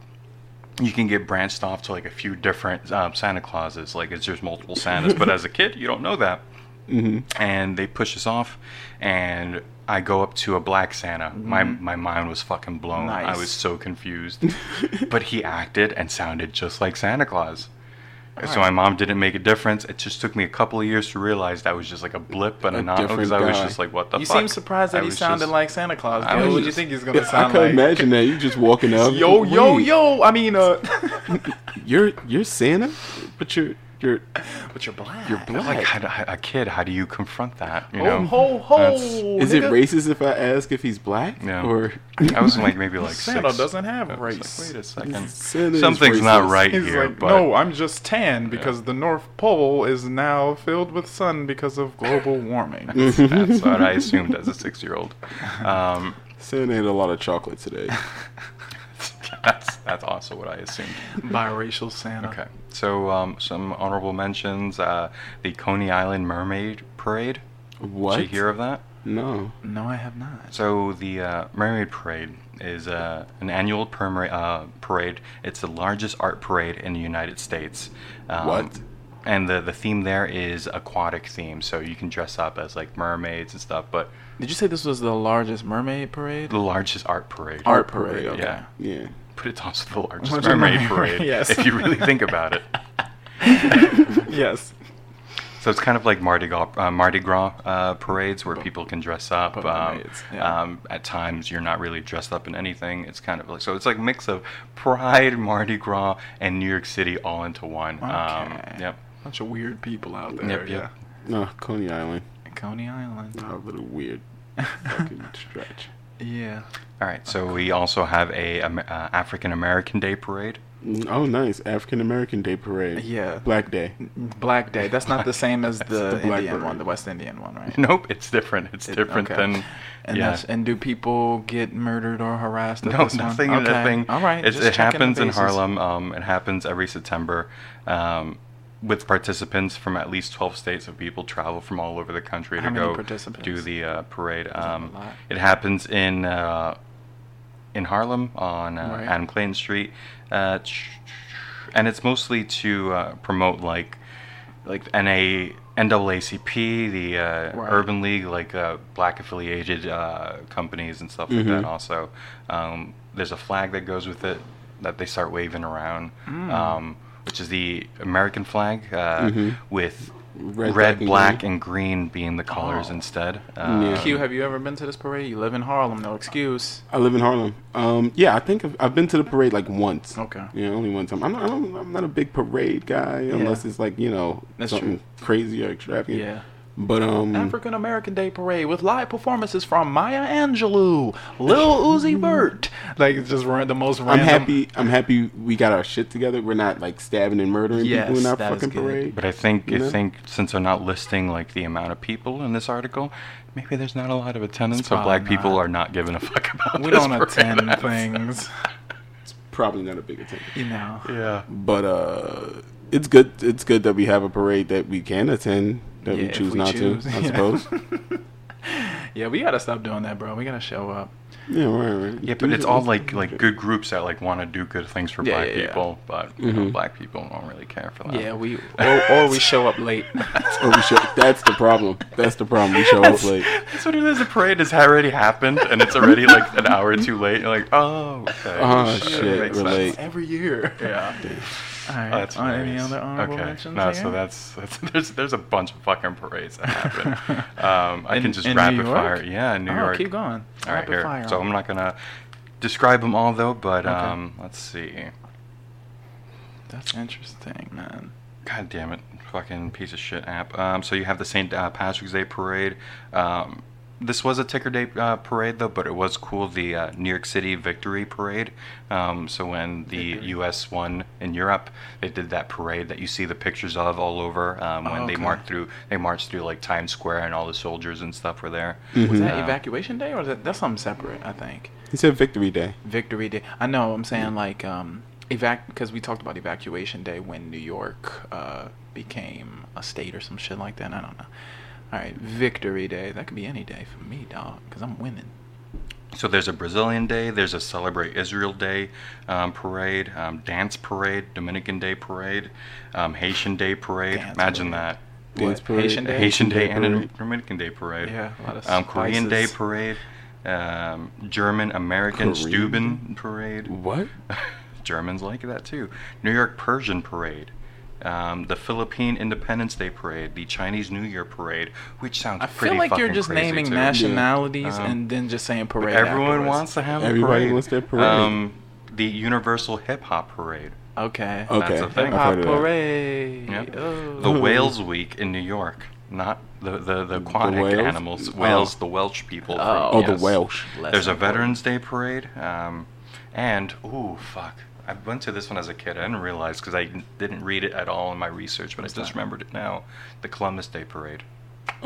you can get branched off to like a few different um, Santa Clauses. Like it's just multiple Santas, but as a kid, you don't know that. Mm-hmm. And they push us off, and I go up to a black Santa. My my mind was fucking blown. Mm-hmm. Nice. I was so confused, but he acted and sounded just like Santa Claus. So my mom didn't make a difference. It just took me a couple of years to realize that was just like a blip and a, A novel because I different was guy. just like, "What the You fuck?" seem surprised that I he was sounded just- like Santa Claus. I Dude, was what do you just- think he's I gonna sound can't like? imagine that. You just walking up. Yo, yo, Wait, yo! I mean, uh, You're you're Santa, but you're you're but you're black. you're black. like how do, how- a kid. How do you confront that? You Oh, know, ho, ho! That's- Is it nigga. racist if I ask if he's black? Yeah. Or I was like maybe like Santa six. doesn't have I was race. Like, Wait a second, Santa is something's not racist. right He's here. like, but no, I'm just tan because the North Pole is now filled with sun because of global warming. that's what I assumed as a six-year-old. Um, Santa ate a lot of chocolate today. that's that's also what I assumed. Biracial Santa. Okay, so um, some honorable mentions: uh, the Coney Island Mermaid Parade. What? Did you hear of that? No. No, I have not. So the uh, Mermaid Parade is uh, an annual perma- uh, parade. It's the largest art parade in the United States. Um, What? And the, the theme there is aquatic theme, so you can dress up as like mermaids and stuff. But Did you say this was the largest mermaid parade? the largest art parade. Art parade. Okay. Yeah, Yeah. but it's also the largest Largest mermaid, mermaid parade, parade. yes. If you really think about it. Yes. So it's kind of like Mardi Gras, uh, Mardi Gras uh, parades where people can dress up. but Um, mermaids, yeah. um, at times, you're not really dressed up in anything. It's kind of like so. It's like a mix of Pride, Mardi Gras, and New York City all into one. Um, Okay. yep. Bunch of weird people out there. Yep, yep. Yeah. No, Coney Island. Coney Island. A little weird fucking stretch. Yeah. All right. So we also have a um, uh, African American Day parade. Mm, Oh, nice. African American Day Parade. Yeah. Black Day. Black Day. That's not the same as the, the black Indian one, parade. the West Indian one, right? Nope, it's different. It's It- different okay. than. And, yeah. that's, and do people get murdered or harassed? At No, this nothing. One? Nothing. All right. It's, just it checking the happens in bases. Harlem. Um, it happens every September, um, with participants from at least 12 states. Of people travel from all over the country How to many go participants? do the uh, parade. Um, lot? it happens in uh, in Harlem on uh, Right. Adam Clayton Street, uh, ch- ch- and it's mostly to uh, promote like like NA. NAACP, the uh, Right. Urban League, like uh, black affiliated uh, companies and stuff Mm-hmm. like that. Also, um, there's a flag that goes with it that they start waving around, Hmm. um, which is the American flag uh, Mm-hmm. with red, Red, black, and black, and green being the Oh. colors instead. Uh, Q, have you ever been to this parade? You live in Harlem, no excuse. I live in Harlem. Um, yeah, I think I've, I've been to the parade like once. Okay. Yeah, only one time. I'm not, I don't, I'm not a big parade guy unless it's like you know That's something crazy or extravagant. Yeah. But um, Mm. African American Day Parade with live performances from Maya Angelou, Lil Uzi Vert. Like it's just ran- the most I'm random. happy. I'm happy we got our shit together. We're not like stabbing and murdering people in Yes, our that is fucking good. parade. But I think You know? I think since they're not listing like the amount of people in this article, maybe there's not a lot of attendance. So probably black people not. are not giving a fuck about. We this don't parade. attend things, Probably not a big attention. you know. Yeah. But uh, it's good. It's good that we have a parade that we can attend that Yeah, we if choose we not choose, to. I yeah. suppose. Yeah, we gotta stop doing that, bro. We gotta show up. yeah, right, right. Yeah, Do but it's this. all like like good groups that like want to do good things for Yeah, black yeah, yeah. people, but you know, black people don't really care for that. Yeah, we or, or we show up late. Or Oh, we show, that's the problem. That's the problem. We show up late. That's what it is. The parade has already happened, and it's already like an hour too late. You're like, oh, okay. Oh, That shit, makes we're sense. late. Every year. Yeah. All right. Oh, that's on any hilarious. other honorable mentions? No, I so got? that's, that's there's there's a bunch of fucking parades that happen. um, I In- can just in New rapid York? fire. Yeah, in New oh, York. keep going. All right, Rapid here. fire So on I'm it. not gonna describe them all though, but Okay. um, let's see. That's interesting, man. God damn it, fucking piece of shit app. Um, so you have the St. Uh, Patrick's Day parade. Um, this was a ticker day uh, parade though, but it was cool. The uh, New York City Victory Parade. Um, so when the U.S. won in Europe, they did that parade that you see the pictures of all over. Um, when they okay. marched through, they marched through like Times Square, and all the soldiers and stuff were there. Was that evacuation day or is that, that's something separate? I think He said Victory Day. victory day. I know. I'm saying like um evac because we talked about evacuation day when New York uh became a state or some shit like that. I don't know. All right, victory day. That could be any day for me, dog, because I'm winning. So there's a Brazilian Day, there's a Celebrate Israel Day um, parade, um, Dance Parade, Dominican Day parade, um, Haitian Day parade. Dance Imagine parade. Dance What, parade. Haitian Day? that. Haitian Day, and a parade. Dominican Day parade. Yeah, a lot of um, Korean Day spices. parade, um, German American Korean? Steuben parade. What? Germans like that too. New York Persian Parade, um, the Philippine Independence Day Parade, the Chinese New Year Parade, which sounds I pretty feel like you're fucking just crazy, naming too. nationalities Um, and then just saying parade. Everyone afterwards. wants to have Everybody a parade. wants their parade. Um, the Universal Hip Hop Parade. Okay. Okay, That's a thing. Hip-hop I've heard of that. parade. Yep. Oh. Hmm. The Whales Week in New York. Not the, the, the aquatic whales? animals. Oh. Whales, the Welsh people. from- Oh. Oh, yes. the Welsh. Less There's a important. Veterans Day Parade. Um, and, ooh, fuck. I went to this one as a kid. I didn't realize because I didn't read it at all in my research, but I just remembered it now. The Columbus Day Parade.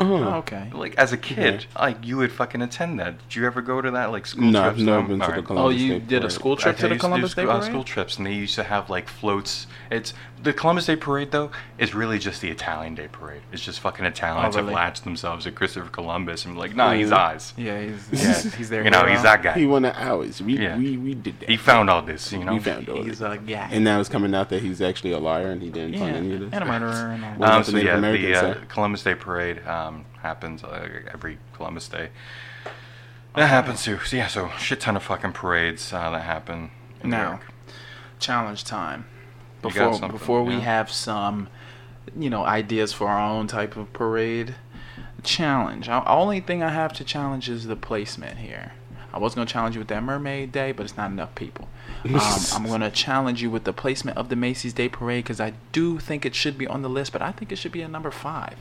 Oh, okay. Like, as a kid, like, you would fucking attend that. Did you ever go to that, like, school No, I've trips? never No? been to All the right. Columbus Oh, you Day did a Parade. school trip Okay, to the used do Columbus Day sc- uh, Parade? school trips, and they used to have like floats. It's the Columbus Day Parade, though, is really just the Italian Day Parade. It's just fucking Italians really? have latched themselves at Christopher Columbus and be like, nah, he's eyes. Yeah, he's yeah, he's there. You know, he's that guy. He He, won the hours. We Yeah. we we did that. found all this. You know. we found all He's this. a guy. And now it's coming out that he's actually a liar and he didn't yeah, find any of and this. a murderer and all that. Well, Um, that's so the Native yeah, American the uh, side. Columbus Day Parade um, happens uh, every Columbus Day. That happens too. So yeah, so shit ton of fucking parades uh, that happen. in New Now, York. challenge time. You got Before something, before we yeah. have some, you know, ideas for our own type of parade challenge. The only thing I have to challenge is the placement here. I was gonna challenge you with that Mermaid Day, but it's not enough people. Um, I'm gonna challenge you with the placement of the Macy's Day Parade because I do think it should be on the list, but I think it should be at number five.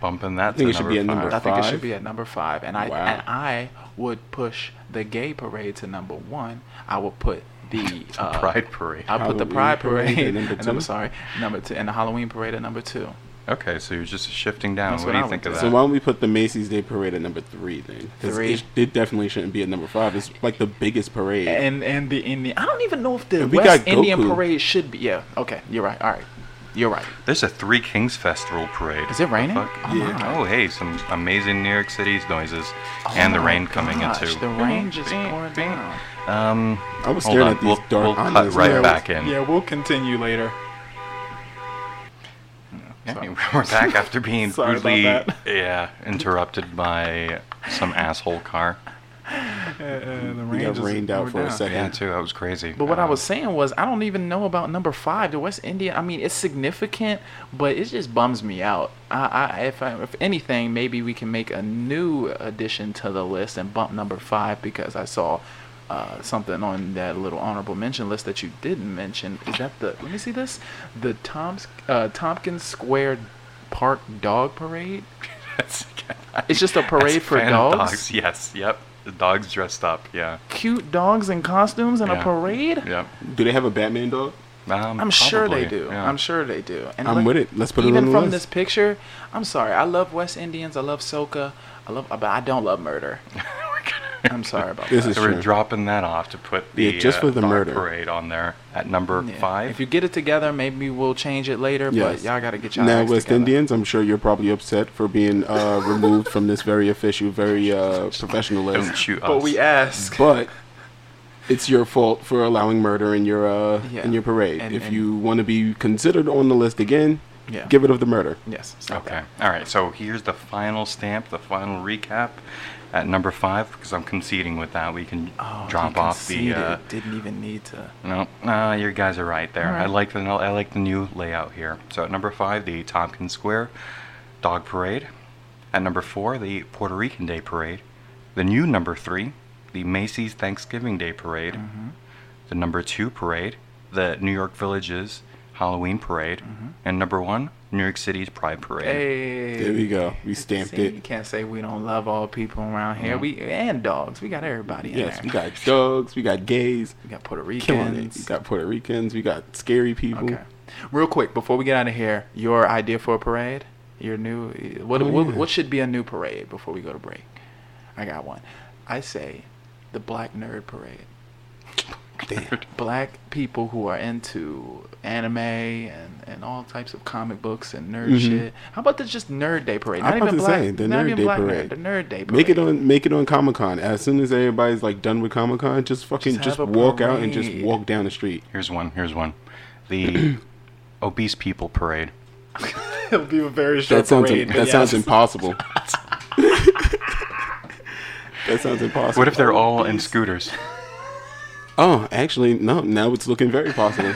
bumping that. I think to it should number be a five. number I think it Five? should be at number five, and I Wow. and I would push the gay parade to number one. I would put the uh, Pride Parade. I put the Halloween Pride parade Parade, at number and I'm two? sorry, number two, and the Halloween parade at number two. Okay, so you're just shifting down. That's what, what do I you would think of do. that? So why don't we put the Macy's Day Parade at number three then? Because Three. it, it definitely shouldn't be at number five. It's like the biggest parade. And and the Indian, I don't even know if the Eh. And we West got Indian Goku. parade should be. Yeah, okay, you're right. All right, you're right. There's a Three Kings Festival parade. Is it The raining? fuck? Oh Oh, Yeah. my. hey, some amazing New York City's noises Oh and the my rain coming gosh, in too. The rain just pouring down. Um, I hold was staring on, at these we'll, dark we'll cut ominous right clouds. back in. Yeah, we'll continue later. Yeah, we're back after being Sorry about brutally that. yeah interrupted by some asshole car. the we rain got rained out for a second. Yeah, too. That was crazy. But what I Um, was saying was, I don't even know about number five. The West Indian, I mean, it's significant, but it just bums me out. I, I, if, I, if anything, maybe we can make a new addition to the list and bump number five because I saw uh, something on that little honorable mention list that you didn't mention. Is that the? Let me see this. The Tom's uh, Tompkins Square Park Dog Parade. That's, It's just a parade that's for fan of dogs? Yes. Yep. The dogs dressed up. Yeah. Cute dogs in costumes and a Yeah. parade. Yep. Do they have a Batman dog? Um, I'm sure they probably, do. yeah. I'm sure they do. And I'm look, with it. Let's put it even on the from list. this picture, I'm sorry. I love West Indians. I love soca. I love, but I don't love murder. I'm sorry about This that. is So we're true. dropping that off to put the Yeah, just uh, for the dog murder. parade on there at number Yeah. five. If you get it together, maybe we'll change it later. Yes. But y'all gotta get y'all. Now, acts West together. Indians, I'm sure you're probably upset for being uh, removed from this very official, very uh, professional don't list. shoot us. But we ask. But it's your fault for allowing murder in your uh, Yeah. in your parade. And- if and- you want to be considered on the list again, Yeah. give it of the murder. yes. stop Okay. that. All right. So here's the final stamp, the final recap at number five because I'm conceding with that. We can Oh, drop you off the. conceded. Uh, Didn't even need to. no, uh, you guys are right there. I Alright. like the I like the new layout here. So at number five, the Tompkins Square Dog Parade. At number four, the Puerto Rican Day Parade. The new number three, the Macy's Thanksgiving Day Parade. Mm-hmm. The number two parade, the New York Village's Halloween Parade, and number one, New York City's Pride Parade. Mm-hmm. Hey. There we go. We stamped See, You it. can't say we don't love all people around here. We and dogs. We got everybody in Yes, there. we got dogs, we got gays, We got Puerto killing it. We Ricans. got Puerto Ricans, we got scary people. Okay. Real quick before we get out of here, your idea for a parade? Your new what Oh, what, yeah. what should be a new parade before we go to break? I got one. I say the Black Nerd Parade. Damn. Black people who are into anime and, and all types of comic books and nerd Mhm. shit. How about the just Nerd Day Parade? I'm about to black, say, the not Nerd even Day Black Parade. Nerd, the Nerd Day Parade. Make it on make it on Comic Con. As soon as everybody's like done with Comic Con, just fucking Just just, have a walk out and just parade. walk down the street. Here's one. Here's one. The obese people parade. It'll be a very short That sounds parade. that but yes. sounds impossible. that sounds impossible. What if they're all in scooters? Oh, actually, no. Now it's looking very possible.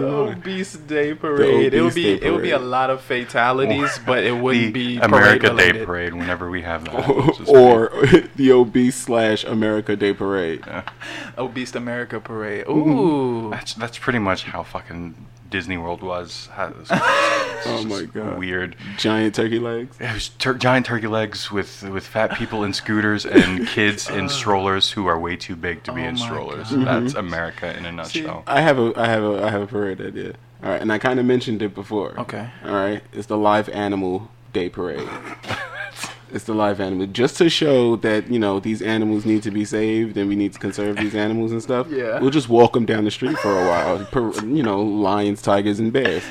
The mind. obese day parade. It would obese be day it would be a parade. lot of fatalities, but it The wouldn't be Oh. America parade Day related. parade. Whenever we have that, It's just or the obese slash America Day Parade. Obese Oh, America parade. Ooh, That's that's pretty much how fucking Disney World was. How- it was Oh my god! weird. Giant turkey legs. It was tur- giant turkey legs with with fat people in scooters and kids in strollers who are way too big to be Oh in my strollers. God. That's America in a See, nutshell. I have a I have a I have a parade idea. All right, and I kind of mentioned it before. Okay. All right, it's the live animal day parade. it's the live animal just to show that you know these animals need to be saved and we need to conserve these animals and stuff. Yeah. We'll just walk them down the street for a while. per, you know, lions, tigers, and bears.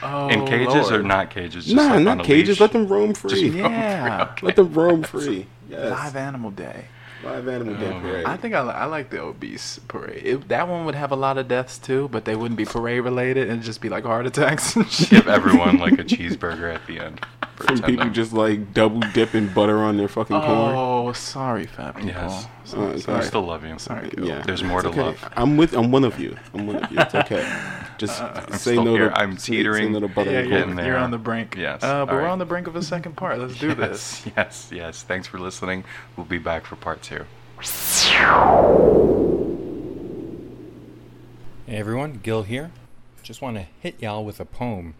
oh, in cages or Lord. not cages? Just nah, like on not a cages. leash? Let them roam free. Yeah, Let them roam free. Yes. live Live, animal day. animal day parade. I think I, li- I like the obese parade. It, that one would have a lot of deaths too, but they wouldn't be parade related and just be like heart attacks and shit. give everyone like a cheeseburger at the end. for Some people attending. just like double dipping butter on their fucking corn. Oh, sorry, fat people. Yes. So- Uh, I sorry. still love you. Sorry, Gil. Yeah. There's more It's to okay. love. I'm with. I'm one of you. I'm one of you. It's okay. Just say still no here. to. I'm say- Say teetering. no to butter Yeah, and Getting corn. you're, there. you're on the brink. Yes, Uh, but all we're right. on the brink of a second part. Let's do this. Yes, yes, yes. Thanks for listening. We'll be back for part two. Hey everyone, Gil here. Just want to hit y'all with a poem.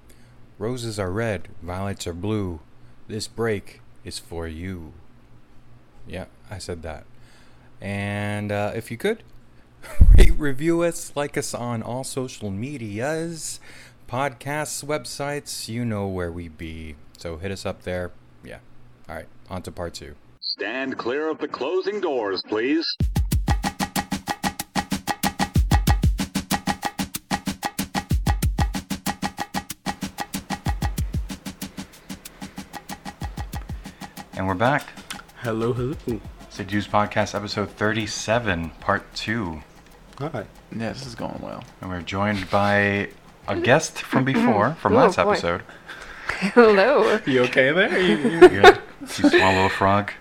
Roses are red, violets are blue. This break is for you. Yeah, I said that. And uh, if you could, rate, review us, like us on all social medias, podcasts, websites, you know where we be. So hit us up there. Yeah. All right, on to part two. Stand clear of the closing doors, please. And we're back. Hello, hello. It's the Juice Podcast, episode 37, part two. Hi. Yeah, this is going well. And we're joined by a guest from before, from last Oh, boy. episode. Hello. You okay there? Good. You swallow a frog.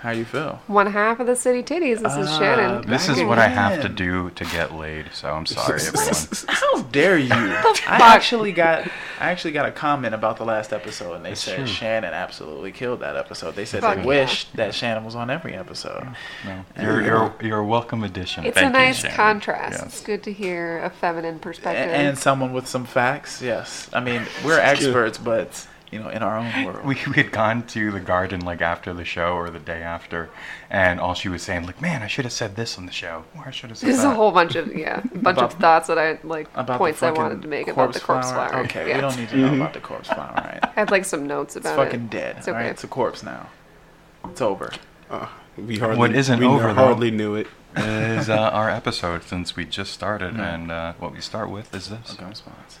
How you feel? One half of the city titties. This Ah, is Shannon. This is what I have to do to get laid, so I'm sorry, everyone. How dare you? I actually got I actually got a comment about the last episode, and they said Shannon absolutely killed that episode. They said Fuck they yeah. wished that Shannon was on every episode. No, you're, you're, you're a welcome addition. It's Thank a you, nice Shannon. contrast. Yes. It's good to hear a feminine A- perspective. And someone with some facts, yes. I mean, we're experts, but you know, in our own world. we, we had gone to the garden like after the show or the day after, and all she was saying like, "Man, I should have said this on the show, or I should have said There's that." a whole bunch of yeah, bunch About- of thoughts that I like about the points I fucking wanted to make about the corpse flower. Okay, yeah. we don't need to know about the corpse flower. All right, I had like some notes it's about it. fucking dead. It's All right, okay. it's a corpse now. It's over. We hardly, What isn't we over, though. hardly knew it. is uh, our episode since we just started, and uh, what we start with is this. Gun response.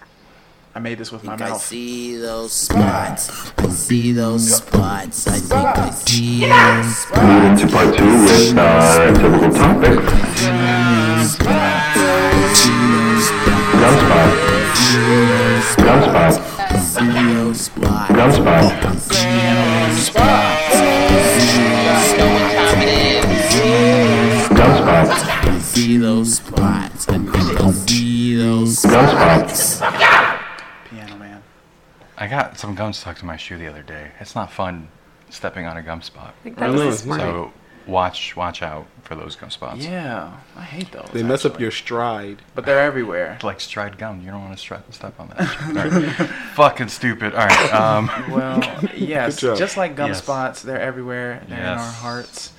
I made this with my I mouth. see those spots. I see those spots. I think I see those spots. Part two is uh, a typical topic. Gunspot. Gunspot. See those spots. Gunspot. Gunspot. I see those spots. I think I see those Gunspot. Piano man. I got some gum stuck to my shoe the other day. It's not fun stepping on a gum spot. I think that I was know, this yeah. morning. So watch watch out for those gum spots. Yeah, I hate those. They mess up actually. your stride. But they're everywhere. Like stride gum, you don't want to stri- step on that. All right. Fucking stupid. All right. Um, Well, yes, job. just like gum Yes. spots, they're everywhere. They're in our Yes. hearts.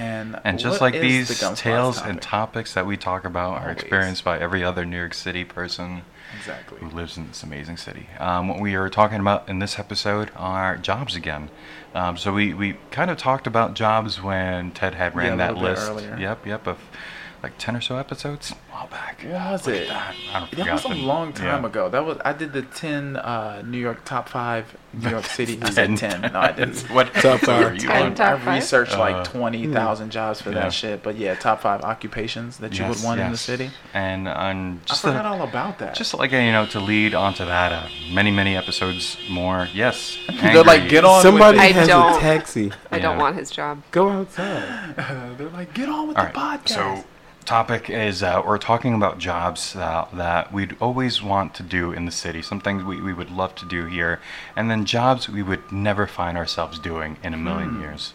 And And just what like is these the gum spots tales and topic? topics that we talk about are Always. experienced by every other New York City person Exactly. who lives in this amazing city. Um, what we are talking about in this episode are jobs again. Um, so we, we kind of talked about jobs when Ted had Yeah, a ran that little bit list. earlier. Yep, yep, of like ten or so episodes. A while back. Was Look at it? That, I don't That was a forgot the- long time yeah. ago. That was I did the ten uh, New York top five New York City. You said Ten. ten. No, I didn't. What Top uh, five. Are you Ten on? top- I five? researched Uh, like twenty thousand jobs for yeah. that shit. But yeah, top five occupations that you Yes, would want in the yes. city. And on just I the- forgot all about that. Just like you know, to lead onto that, uh, many many episodes more. Yes, they're like angry. get on. Somebody With I has a don't. taxi. I don't Yeah. want his job. Go outside. it. They're like get on with All the right. podcast. So, topic is uh, we're talking about jobs that, that we'd always want to do in the city, some things we, we would love to do here, and then jobs we would never find ourselves doing in a million Hmm. years.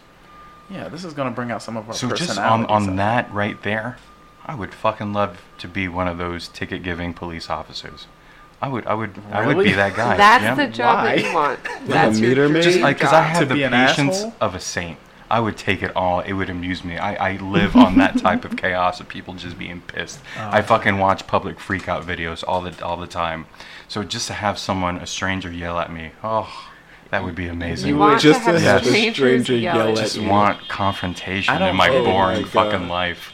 yeah, this is gonna bring out some of our So, personalities. just on, on I that right there, I would fucking love to be one of those ticket giving police officers. I would, I would, I would be Really? that guy. That's yeah. the job that Why? you want. That's your meter maid? dream like because I job. have To the be an patience asshole? of a saint. I would take it all. It would amuse me. I, I live on that type of chaos of people just being pissed. Ah. I fucking watch public freakout videos all the all the time. So just to have someone, a stranger, yell at me, oh, that would be amazing. You want Just to have to have a strangers stranger yell yell at at just you. want confrontation I don't- in my oh boring my God. fucking life.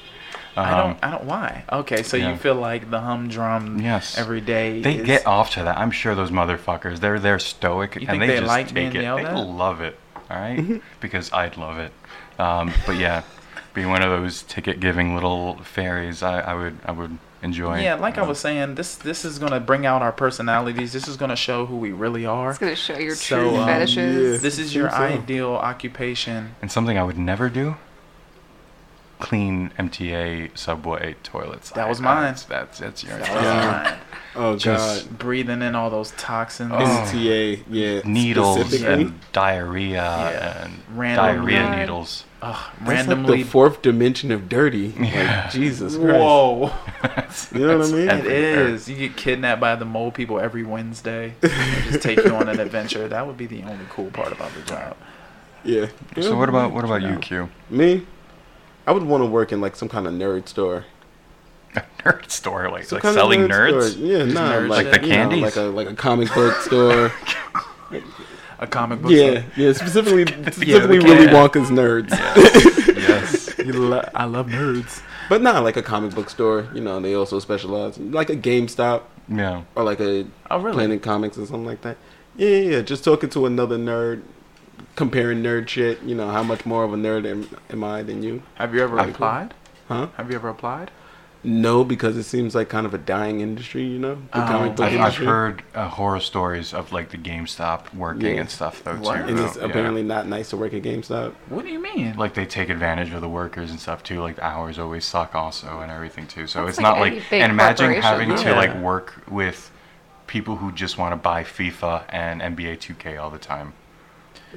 Um, don't. I don't. Why? Okay, so yeah. you feel like the humdrum. Yes. Every day. They is- get off to that. I'm sure those motherfuckers. They're they're stoic You and think they, they just like being take it. yelled They at? love it. All right, because I'd love it. Um, but yeah, being one of those ticket-giving little fairies, I, I would I would enjoy. Yeah, like I Um, was saying, this this is gonna bring out our personalities. This is gonna show who we really are. It's gonna show your So, true um, fetishes. This is your so. ideal occupation. And something I would never do. Clean MTA subway toilets. That I- was I- mine. That's that's, that's your. Yeah. Oh Just- god. Breathing in all those toxins. Oh. MTA. Yeah. Needles specifically. and diarrhea Yeah. and Random diarrhea God. needles. Ugh, That's randomly. like the fourth dimension of dirty. Like Jesus Christ. Whoa, You know what I mean? it is. You get kidnapped by the mole people every Wednesday. They just take you on an adventure. That would be the only cool part about the job. Yeah. So what about what about you, Q? me? I would want to work in like some kind of nerd store. Nerd store, like, Some like kind of selling nerd nerds. store. Yeah, nah, nerds like, Like the you know, candies? like a like a comic book store. A comic book. yeah, store. yeah. Specifically, specifically the Willy can- Wonka's nerds. Yes. You lo- I love nerds. But not like a comic book store. You know, they also specialize like a GameStop Yeah. or like a Oh, really? Planet Comics or something like that. Yeah, yeah, yeah. Just talking to another nerd, comparing nerd shit. You know, how much more of a nerd am, am I than you? Have you ever Pretty cool. applied? Huh? Have you ever applied? No, because it seems like kind of a dying industry. You know, the Oh. comic book I've, I've industry. heard uh, horror stories of like the GameStop working Yeah. and stuff though What? too. And it's though. Yeah. apparently not nice to work at GameStop. What do you mean? like they take advantage of the workers and stuff too. Like the hours always suck also and everything too. So That's it's like not any like big and imagine corporation, having huh? to like Yeah. work with people who just want to buy FIFA and NBA 2K all the time.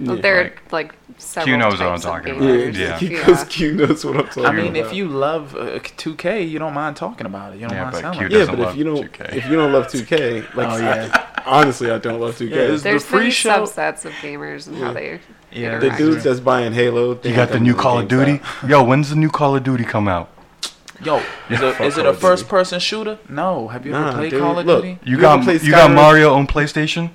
Well, there are like- like several Q knows types what I'm of talking about. gamers. Yeah. Yeah, because Q knows what I'm talking I mean, about. if you love uh, 2K, you don't mind talking about it. You don't Yeah, mind but selling Q it. yeah, doesn't but if love you don't, 2K. if you don't love 2K, like Oh yeah. Honestly, I don't love 2K. Yeah, it's- There's The free three show- subsets of gamers and how they. Yeah. the dudes that's buying Halo. they You got the have new them on Call of GameStop. Duty? Yo, when's the new Call of Duty come out? Yo, is, it- is it Call a of Duty. first person shooter? No. Have you ever Nah, played dude, Call of look. Duty? You, You ever got played you got Skyrim? Mario on PlayStation?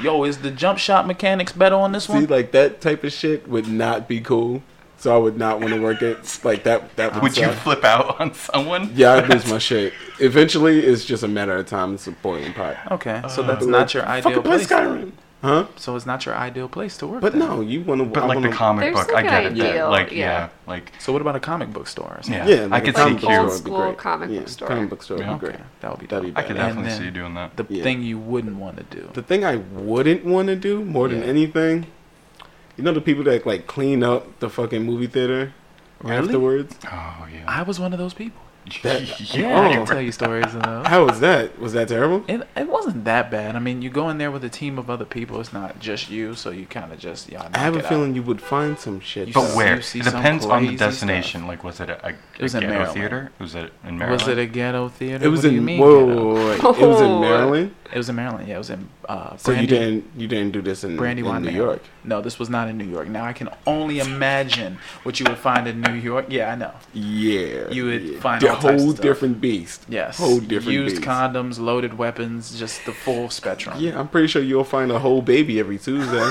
Yo, is the jump shot mechanics better on this See, one? like that type of shit would not be cool. So I would not want to work it. Like that. That would, Would you suck. flip out on someone? Yeah, I'd lose my shit. Eventually, it's just a matter of time. It's a boiling pot. Okay, so that's But, not like, your ideal Fucking play place. Skyrim, huh? So it's not your ideal place to work. But then. no, you want to. But like the comic There's book, like I an get it. ideal, that- like yeah. yeah. like So what about a comic book store? Or something? yeah, Yeah, I like could a see comic it book here. store. Old school comic book store. Comic book store would be Okay. great. That would be That'd be dope. I could bad. And definitely then see you doing that. The e- Yeah. thing you wouldn't want to do. The thing I wouldn't want to do more than Yeah. anything, you know, the people that like clean up the fucking movie theater afterwards. Oh yeah. I was one of those people. yeah. I Oh. can tell you stories of those. How was that? Was that terrible? It, it wasn't that bad. I mean, you go in there with a team of other people. It's not just you, so you kind of just y'all. I have knock it a out. feeling you would find some shit. You though. But see- where? you It see some depends on crazy the stuff. destination. Like, was it a, a, It was a in ghetto Maryland. theater? Was it in Maryland? Was it a ghetto theater? It was What do in you mean whoa, ghetto? whoa, whoa, whoa, wait. it was in Oh. Maryland. It was in Maryland. Yeah, it was in uh, So you Brandy- didn't you didn't do this in, in New Brandywine, Maryland. York. No, this was not in New York. Now I can only imagine what you would find in New York. Yeah, I know. Yeah, You would yeah. find the all types of whole stuff. different beast. Yes. whole different Used beast. condoms, loaded weapons, just the full spectrum. yeah, I'm pretty sure you'll find a whole baby every Tuesday.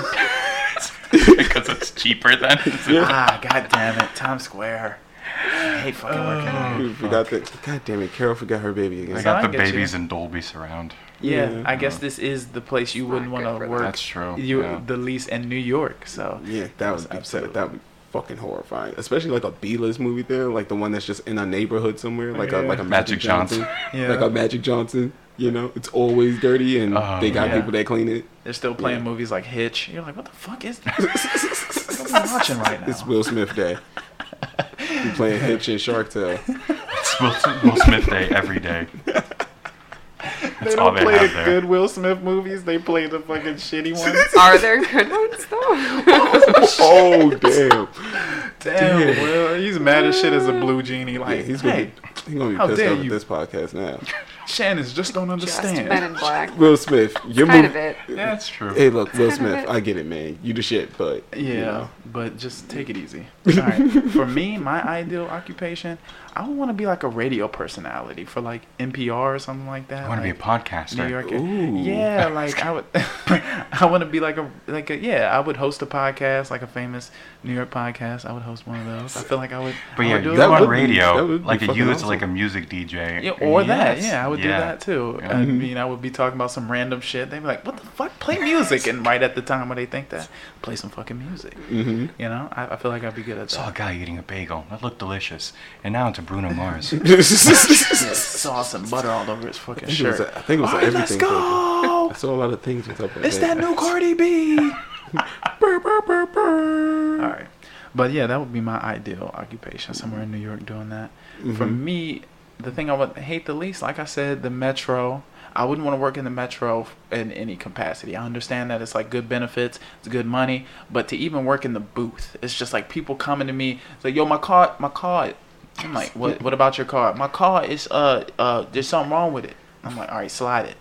because it's cheaper then. Ah, god damn it, Times Square. I hate fucking Uh, working. there. We forgot that. God damn it, Carol forgot her baby I again. got Oh, I the get you. babies in Dolby surround. Yeah, Yeah. I guess this is the place you wouldn't not want good for to them. work. That's true, You yeah. the least in New York, so Yeah, that was would be absolutely- upset. That would be fucking horrifying, especially like a B-list movie theater, like the one that's just in a neighborhood somewhere, like a like a Magic, Magic Johnson, Johnson. Yeah. like a Magic Johnson. You know, it's always dirty, and Oh, they got yeah. people that clean it. they're still playing movies like Hitch. You're like, what the fuck is this? what am I watching right now? It's Will Smith Day. we playing Hitch and Shark Tale. It's Will, Will Smith Day every day. That's all they have there. Will Smith movies. They play the fucking shitty ones. Are there good ones though? Oh damn! Damn, Will, he's mad as shit as a blue genie. Yeah, Like, he's gonna hey, be, he's gonna be how pissed dare off at you. this podcast now. Shannon's just don't Just understand. Men in Black. Will Smith, your Kind movie. of it. Yeah, that's true. Hey, look, Will Kind of Smith. it. I get it, man. You the shit, but yeah, you know. but just take it easy. All right. For me, my ideal occupation, I would want to be like a radio personality for like NPR or something like that. I want to be a like podcaster. New York. Ooh. Yeah, like I would, I want to be like a like a yeah. I would host a podcast, like a famous New York podcast. I would host one of those. I feel like I would. But I yeah, would do you it. That go on would be- that radio, would be like a fucking you as awesome. like a music DJ. Yeah, or that. Yes. Yeah, I would do Yeah. that too. Yeah. I Mm-hmm. mean, I would be talking about some random shit. They'd be like, "What the fuck? Play music!" And right at the time when they think that, play some fucking music. Mm-hmm. You know, I, I feel like I'd be good at Saw a that. guy eating a bagel. That looked delicious. And now it's a Bruno Mars. Sauce and butter all over his fucking think it was shirt. a- I think it was all a right, let's everything paper. go. I saw a lot of things with up. it's that new Cardi B. Brr, brr, brr, brr. All right, but yeah, that would be my ideal occupation somewhere in New York doing that. For me, the thing I would hate the least, like I said, the metro. I wouldn't want to work in the metro f- in any capacity. I understand that it's like good benefits, it's good money, but to even work in the booth, it's just like people coming to me, it's like, "Yo, my car, my car." I'm like, "What? What about your car? My car is uh uh, there's something wrong with it." I'm like, "All right, slide it."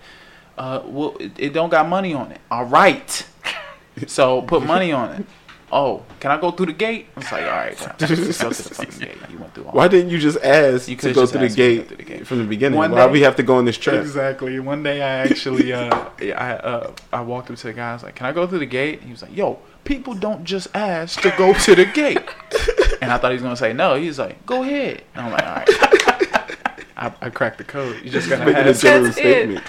Uh, well, it, it don't got money on it. All right. So put money on it. Oh, can I go through the gate? It's like, all right, bro. go through the fucking gate. You went through all Why didn't you just ask You to could've go just through the, asked me to go gate through the gate. from the beginning? One Why day- we have to go on this trip? Exactly. One day I actually, uh, I, uh, I walked up to the guy. I was like, "Can I go through the gate?" And he was like, "Yo, people don't just ask to go to the gate." and I thought he was gonna say no. He was like, "Go ahead." And I'm like, "All right." I, I cracked the code. You just gotta Making a ask. general That's it. statement.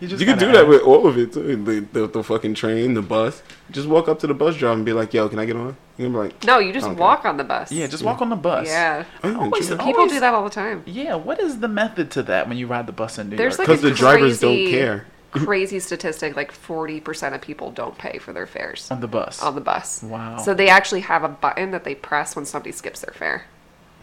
You, just You can gotta do that ask. with all of it too. The, the, the fucking train, the bus. Just walk up to the bus driver and be like, "Yo, can I get on?" You're gonna be like, No, you just Okay. walk on the bus. Yeah, just walk on the bus. Yeah. "Oh, yeah, Always- sure." People Always- do that all the time. Yeah, what is the method to that when you ride the bus in New There's York? like 'Cause a the drivers don't crazy- care. crazy statistic: like 40% of people don't pay for their fares on the bus. on the bus. Wow. So they actually have a button that they press when somebody skips their fare.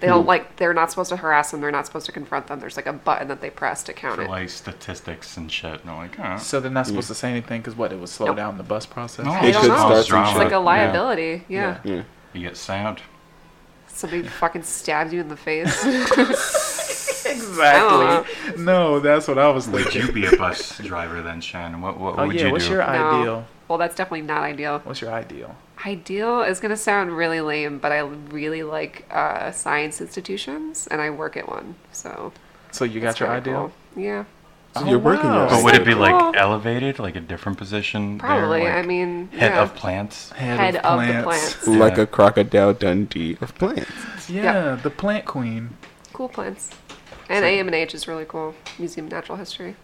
They Hmm. don't like. They're not supposed to harass them. They're not supposed to confront them. There's like a button that they press to count For it. like statistics and shit. And I'm like, huh. so they're not supposed to say anything because what it would slow Nope. down the bus process. No, I It don't could know. start It's some shit. like Yeah. a liability. Yeah. Yeah. You get sound. Somebody fucking stabbed you in the face. I exactly. No, that's what I was Would thinking. you be a bus driver then, Shannon? What, what Oh would yeah, you what's do? your ideal? No. Well, that's definitely not ideal. What's your ideal? Ideal is going to sound really lame, but I really like uh, science institutions, and I work at one. So So you got that's your kinda ideal? cool. Yeah, So you're working Oh, wow. your But would it be Cool. like elevated, like a different position? there, probably. like I mean, head yeah. of plants. head of, the plants. like a crocodile Dundee of plants. Yeah, the plant queen. Cool plants. And AM and H is really cool. Museum of Natural History.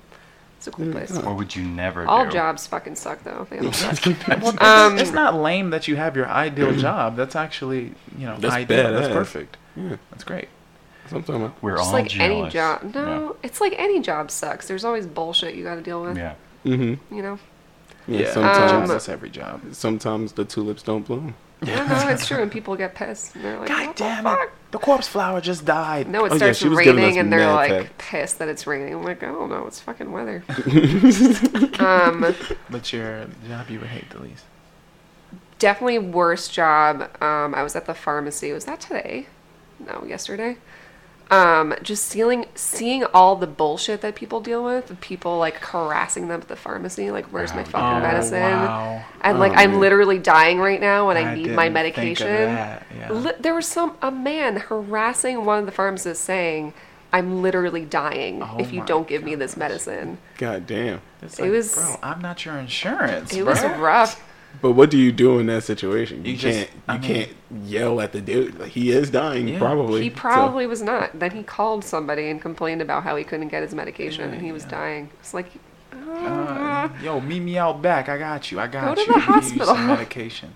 It's a cool place. What would you never All do? jobs fucking suck though. They all suck. Um, it's not lame that you have your ideal job. That's actually, you know, That's ideal. That's badass. perfect. Yeah, That's great. that's what I'm talking about. We're Just all like jealous. any job. No, it's like any job sucks. There's always bullshit you got to deal Yeah. with. yeah. Mm-hmm. You know. Yeah, Yeah, Uh. Um, sometimes that's every job. sometimes the tulips don't bloom. Yeah. No, it's true, and people get pissed. And they're like, God "What the damn it! fuck?" The corpse flower just died. No, it Oh, yeah, starts she was giving us raining, and they're mad like tech. pissed that it's raining. I'm like, I don't know, it's fucking weather. But your job you would hate the least. definitely worst job. Um, I was at the pharmacy. Was that today? No, yesterday. Um, just seeing seeing all the bullshit that people deal with, of people like harassing them at the pharmacy, like where's my fucking Oh, medicine? wow. Oh, And like I'm literally dying right now, and I, need my didn't think of medication. that, yeah. Li- there was some a man harassing one of the pharmacists, saying, "I'm literally dying if you Oh my don't give me this medicine." God damn. It's It like, was- bro. I'm not your insurance. It was bro. rough. But what do you do in that situation? You, You just- can't. You I mean- can't yell at the dude. Like, he is dying, Yeah. probably. He so- probably was not. Then he called somebody and complained about how he couldn't get his medication and he was dying. It's like, "Ah." Uh, yo, meet me out back. I got you. I got Uh-huh. to you. the Give you hospital. some medication.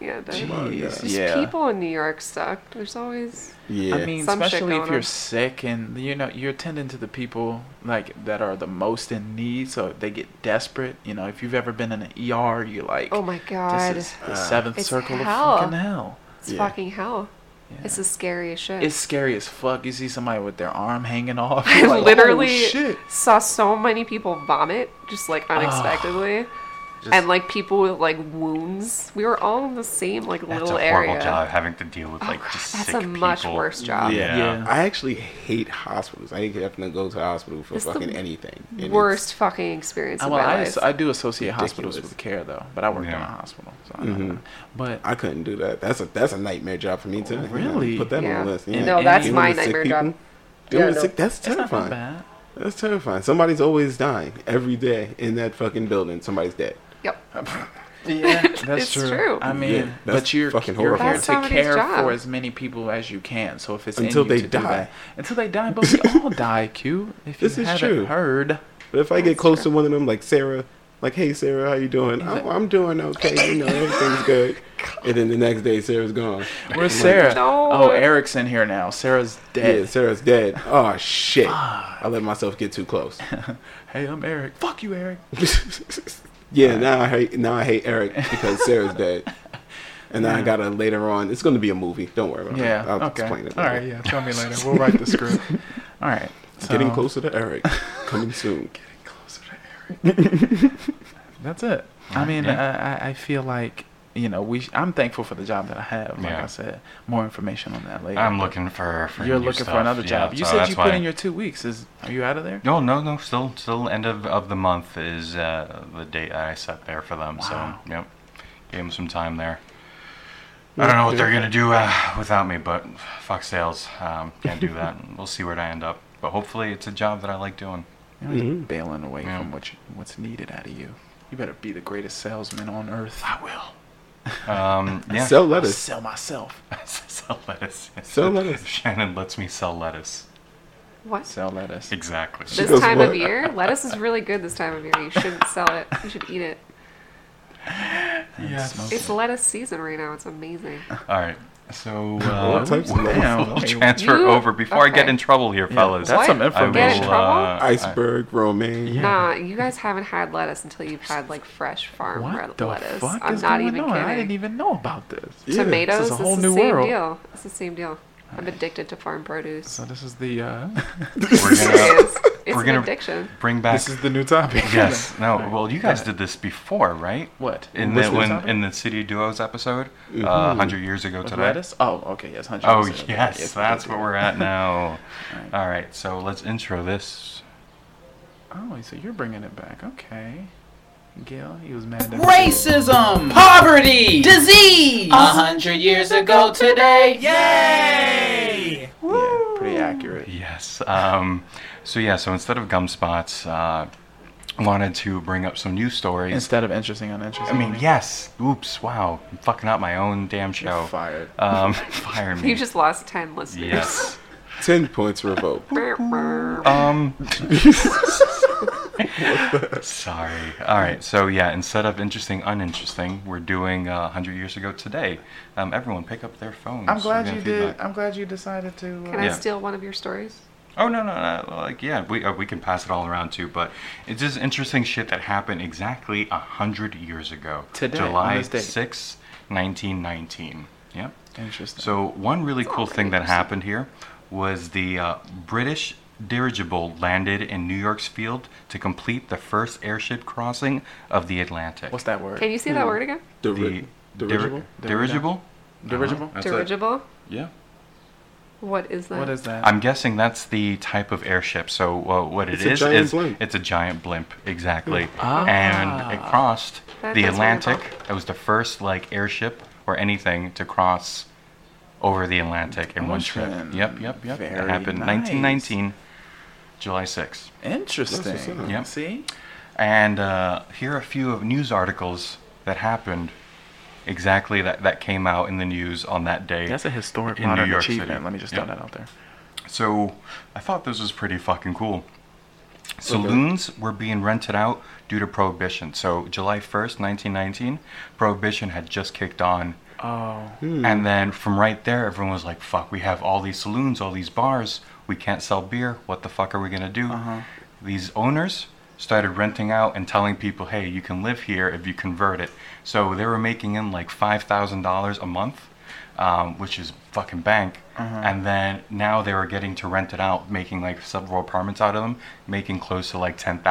yeah, that- Jeez, just people in New York suck. There's always yeah. I mean, Some shit especially if going you're on. sick and you know you're tending to the people like that are the most in need, so if they get desperate. You know, if you've ever been in an ER, you're like, oh my god, this is the seventh It's circle hell. of fucking hell. it's fucking hell. This is scary as shit. It's scary as fuck. You see somebody with their arm hanging off. I you're like, "Holy literally shit. saw so many people vomit just like unexpectedly. and like people with like wounds. We were all in the same like That's little a horrible area. Oh, job having to deal with like God, just that's sick a much people. worse job. Yeah. Yeah. I actually hate hospitals. I hate having to go to the hospital for It's the fucking anything. And it's- Worst fucking experience of well, my I, life. as- I do associate hospitals Ridiculous. Mm-hmm. with care though, but I worked in Yeah. a hospital, so I know that. But I couldn't do that. That's a that's a nightmare job for me too. Oh, Really? Put that Yeah. on the list. No, that's my nightmare job. Doing Yeah, with no. sick, that's it's not that terrifying. bad. That's terrifying. Somebody's always dying every day in that fucking building. Somebody's dead. yep. Yeah, that's It's true. true. I mean, Yeah, that's but you're fucking you're horrifying. here That's to somebody's care job. for as many people as you can. So if it's Until in you they to do die. that- until they die, but we all die, Q. If you This is haven't true. heard, But if I get close to one of them, like Sarah, like, hey Sarah, how you doing? I'm, I'm doing okay. You know, everything's good. And then the next day, Sarah's gone. where's Sarah? No. Oh, Eric's in here now. Sarah's dead. Yeah, Sarah's dead. Oh shit! I let myself get too close. Hey, I'm Eric. Fuck you, Eric. yeah, now I hate now I hate Eric because Sarah's dead, and then I gotta later on. It's gonna be a movie. Don't worry about Yeah. it. I'll okay. explain it. All later. right. Yeah. Tell me later. We'll write the script. all right. So, Getting closer to Eric. Coming soon. closer to Eric. That's it. I mean, I, I, I feel like you know we. sh- I'm thankful for the job that I have. Like Yeah. I said, more information on that later. I'm looking for, for You're new looking stuff. for another Yeah, job. you so said that's you why- put in your two weeks. Is are you out of there? No, no, no. Still, still. End of, of the month is uh, the date that I set there for them. Wow. So, yep, gave them some time there. I don't know what they're gonna do uh, without me, but fuck sales. Um, can't do that. we'll see where I end up. But hopefully, it's a job that I like doing. You're just Mm-hmm. bailing away Yeah. from what you, what's needed out of you. You better be the greatest salesman on earth. I will. Um, yeah. Sell lettuce. Sell myself. sell lettuce. Sell lettuce. Shannon lets me sell lettuce. What? Sell lettuce. Exactly. this goes, time "What?" of year, lettuce is really good. This time of year, you shouldn't sell it. You should eat it. Yes. It's lettuce season right now. It's amazing. All right. So All uh, types of Damn, lettuce. we'll okay. transfer You- over before I get okay. in trouble here, fellas. That's What? some Get I uh, information. Uh, in trouble? Iceberg romaine. Nah, you guys haven't had lettuce until you've had like fresh farm What red- the lettuce. fuck I'm is not going even on? kidding. I didn't even know about this. Yeah, this is Tomatoes. This a is whole the new same world. deal. It's the same deal. I'm addicted to farm produce. So this is the uh, We're gonna, Serious. it's It's we're an gonna addiction. bring back. This is the new topic. yes. No. Well, you guys did this before, right? What? In Which the new when, topic? in the City Duos episode, uh, hundred years ago With today. lettuce? Oh, okay. Yes, 100%. Oh Okay, yes, yes, that's yes, what yes. we're at now. Alright. All right, so let's intro this. Oh, so you're bringing it back. Okay. Gil, he was mad at Racism, poverty, disease. A hundred years ago today. Yay! Yeah, pretty accurate. Yes. Um, so yeah, so instead of gum spots, uh, wanted to bring up some news stories. Instead of interesting, uninteresting. I mean, yes. Oops. Wow. I'm fucking up my own damn You're show. fired. Um, fire me. You just lost 10 listeners. yes. Ten points revoked. Brr, brr. Uh, Um. sorry. All right. So yeah, instead of interesting, uninteresting, we're doing uh, 100 years ago today. Um, everyone, pick up their phones. I'm We're glad gonna you feedback. did. I'm glad you decided to. Uh, Can I Yeah. steal one of your stories? Oh no, no, no! Like yeah, we uh, we can pass it all around too. But it's just interesting shit that happened exactly a hundred years ago. Today, on July this date. 6, nineteen nineteen. Yep. Interesting. So one really cool thing that happened here was the uh, British dirigible landed in New York's field to complete the first airship crossing of the Atlantic. what's that word? Can you say that word again? Diri- The dir- dirigible? dirigible? Dirigible? Uh-huh, that's it. Dirigible? Yeah. What is that? What is that? I'm guessing that's the type of airship. So uh, what it It's is a giant is blimp. it's a giant blimp, exactly. Ah. And it crossed That the does ring a Atlantic. It was the first like airship or anything to cross over the Atlantic in one trip. Ocean. Yep, yep, yep. Very it happened nice. 1919, July 6th. That's what's Interesting. up. Yep. See? And uh, here are a few of news articles that happened exactly that, that came out in the news on that day. That's a historic in New modern York achievement. City. Let me just Yep. throw that out there. So I thought this was pretty fucking cool. Saloons were being rented out due to prohibition. So July 1st, 1919, prohibition had just kicked on. Oh. And then from right there, everyone was like, fuck, we have all these saloons, all these bars. We can't sell beer. What the fuck are we going to do? These owners started renting out and telling people, hey, you can live here if you convert it. So they were making in like $5,000 a month, um, which is fucking bank. And then now they were getting to rent it out, making like several apartments out of them, making close to like $10,000,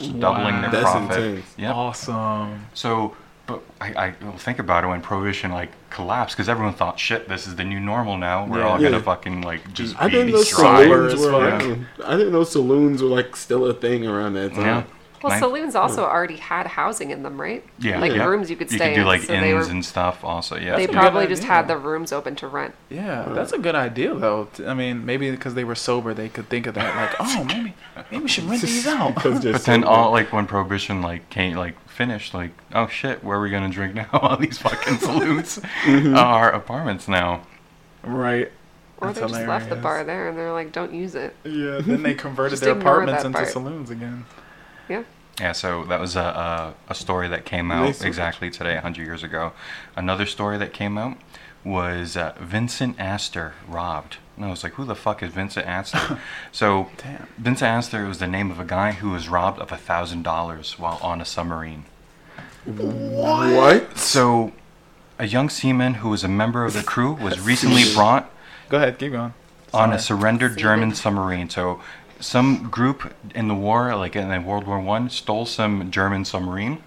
so doubling their That's profit. intense. Yep. Awesome. So, but I, I well, think about it when prohibition like collapsed because everyone thought, shit, this is the new normal now. We're all Yeah. gonna Yeah. fucking like just I be didn't know dry. saloons as were. fuck. around. I didn't know saloons were like still a thing around that time. Yeah. Well, Nin- saloons also already had housing in them, right? yeah, Like yeah. rooms you could stay You could do in. like so inns they were, and stuff. Also, yeah. they yeah. probably good just idea. had the rooms open to rent. Yeah, that's a good idea though. T- I mean, maybe because they were sober, they could think of that. Like, oh, maybe, maybe we should rent these out. Because they're but then so- all like when prohibition like came like finished like oh shit where are we gonna drink now all these fucking saloons Mm-hmm. are apartments now right. Or That's they just left the hilarious. bar there and they're like, don't use it. Yeah. Then they converted Just their ignore apartments that into part. saloons again. Yeah. Yeah, so that was a, a, a story that came Nice. out exactly today, 100 years ago. Another story that came out was uh, Vincent Astor robbed. And I was like, who the fuck is Vincent Astor? so, Damn. Vincent Astor was the name of a guy who was robbed of $1,000 while on a submarine. what? So, a young seaman who was a member of the crew was recently brought Go ahead, keep going. on a surrendered German submarine. So some group in the war, like in the World War One, stole some German submarine,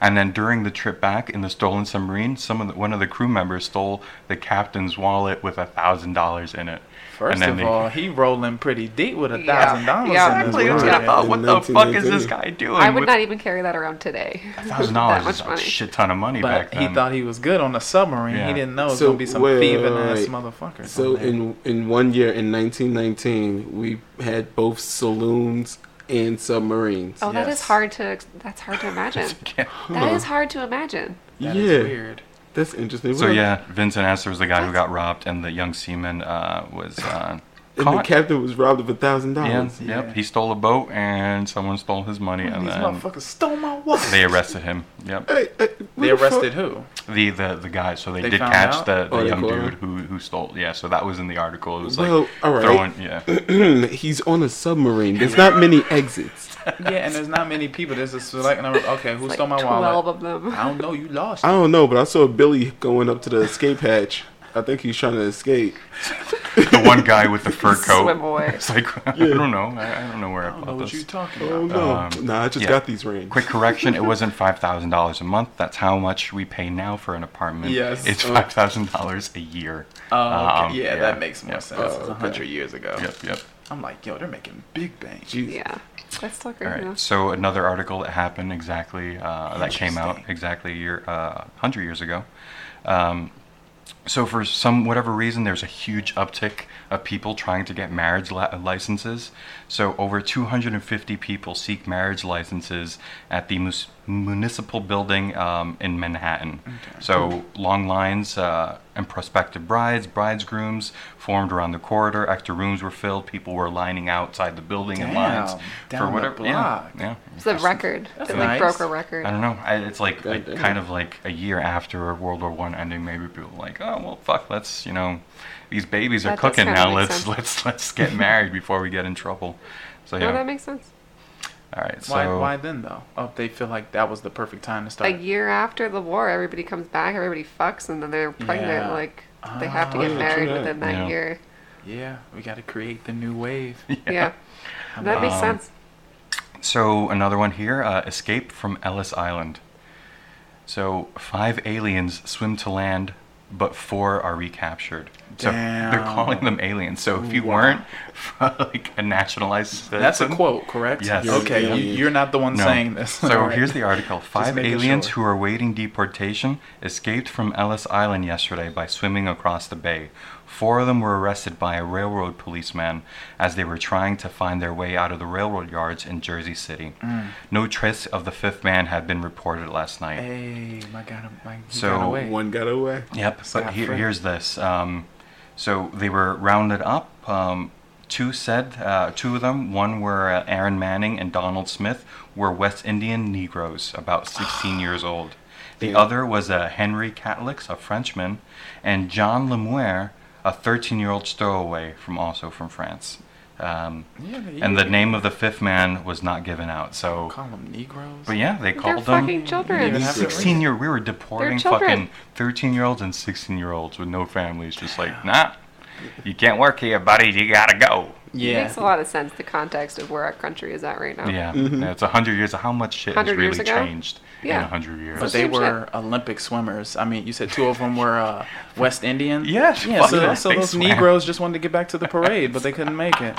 and then during the trip back in the stolen submarine, some of the, one of the crew members stole the captain's wallet with a thousand dollars in it. First and then of they- all, he rolling pretty deep with a Yeah. thousand Yeah. dollars Exactly, in his that's what I wallet. thought. What the In fuck is this 1918. guy doing? I would with not even carry that around today. Thousand that dollars much is a money. shit ton of money back But then. he thought he was good on a submarine. Yeah. He didn't know it was So, Oh, gonna be some wait, thieving wait, ass wait. motherfucker. Oh, So in in one year in 1919, we had both saloons and submarines. Oh, that is Yes. hard to. That's hard to imagine. Yeah. that is hard to imagine. yeah, weird. that's interesting. So What- yeah, Vincent Astor was the guy who got robbed, and the young seaman uh, was uh, and the caught. captain was robbed of a thousand Oh, Yeah, dollars. Yep. He stole a boat, and someone stole his money, and These then motherfuckers stole my wallet. they arrested him. Yep. Hey, hey, what They the fuck? arrested who? The the the guy. So they, They did found catch out? the, the Oh, they young caught him? dude who who stole. Yeah. So that was in the article. It was Well, like all right. throwing. Yeah. He's on a submarine. There's not many exits. Yeah, and there's not many people. There's a select number. Okay, who Like stole my twelve wallet? of them. I don't know. You lost. I don't know, but I saw Billy going up to the escape hatch. I think he's trying to escape. the one guy with the fur coat. Swim away. It's like I don't know. I, I don't know where I, I don't bought know what this. you're talking Oh about. no! Um, nah, I just yeah. got these rings. Quick correction: It wasn't five thousand dollars a month. That's how much we pay now for an apartment. Yes. it's Oh. five thousand dollars a year. Oh, okay. Um, yeah, that makes more yep, sense. It's a hundred years ago. Yep, yep. I'm like, yo, they're making big bang. Yeah. That's Tucker. All right. yeah. So another article that happened exactly uh, that came out exactly a year, uh, hundred years ago. Um, so for some whatever reason, there's a huge uptick of people trying to get marriage li- licenses. So over 250 people seek marriage licenses at the mus- municipal building um, in Manhattan. So long lines uh, and prospective brides, bridesgrooms formed around the corridor. Extra rooms were filled. People were lining outside the building in lines Damn, down for the whatever. block. Yeah, yeah. It's a record. It like nice. broke a record. I don't know. I, it's like, like damn. kind of like a year after World War One ending. Maybe people were like, oh well, fuck. Let's you know, these babies are That does cooking kinda now. make Let's sense. let's let's get married before we get in trouble. So yeah. No, that makes sense. All right. So Why, why then though? Oh, they feel like that was the perfect time to start. A year after the war, everybody comes back, everybody fucks, and then they're pregnant. Yeah. Like they have to Oh, get yeah, married true that. within that Yeah. year. Yeah, we got to create the new wave. Yeah. That makes sense. So another one here: uh, Escape from Ellis Island. So five aliens swim to land, but four are recaptured. So they're Damn. calling them aliens. So if you Wow. weren't like a nationalized, That's a citizen- quote, correct? Yes. Okay, Yeah. you, you're not the one No. saying this. So All right. here's the article. Five making aliens sure. who are awaiting deportation escaped from Ellis Island yesterday by swimming across the bay. Four of them were arrested by a railroad policeman as they were trying to find their way out of the railroad yards in Jersey City. No trace of the fifth man had been reported last night. Mm. Hey, my God, my he So, got away. One got away. Yep. But Scott here, Free. here's this. Um, so they were rounded up. Um, two said, uh, two of them, one were uh, Aaron Manning and Donald Smith, were West Indian Negroes, about 16 years old. The other was uh, Henry Catlix, a Frenchman, and John Lemuer, a 13-year-old stowaway from also from France. Um, Yeah, they- and the name of the fifth man was not given out. So, call them Negroes. but yeah, they They're called them. fucking children. even have to- 16 year we were deporting children. fucking 13 year olds and 16 year olds with no families just like nah you can't work here buddy you gotta go It makes a lot of sense the context of where our country is at right now. yeah that's a 100 years of how much shit has 100 years really ago? changed in Yeah. a 100 years But they Same shit. were Olympic swimmers. I mean, you said two of them were uh, West Indian. Yes, Yeah. fuck So, yeah, so they those swam. Negroes just wanted to get back to the parade, but they couldn't make it.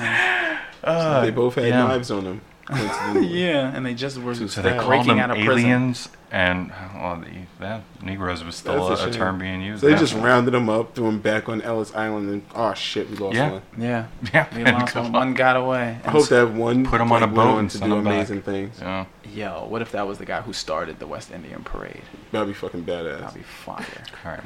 they both had Uh, yeah. knives on them. coincidentally. Yeah, and they just were so they called breaking them out of prison. aliens and well the, that negroes was still That's a, a a shame. term being used So they That's- just rounded them up, threw them back on Ellis Island, and oh shit, we lost Yeah. one. Yeah. yeah They lost one. One got away. I hope that one Put 'em on like, a went boat on and to send do 'em back. amazing things. yeah Yo, what if that was the guy who started the West Indian parade? That'd be fucking badass. That'd be fire. all right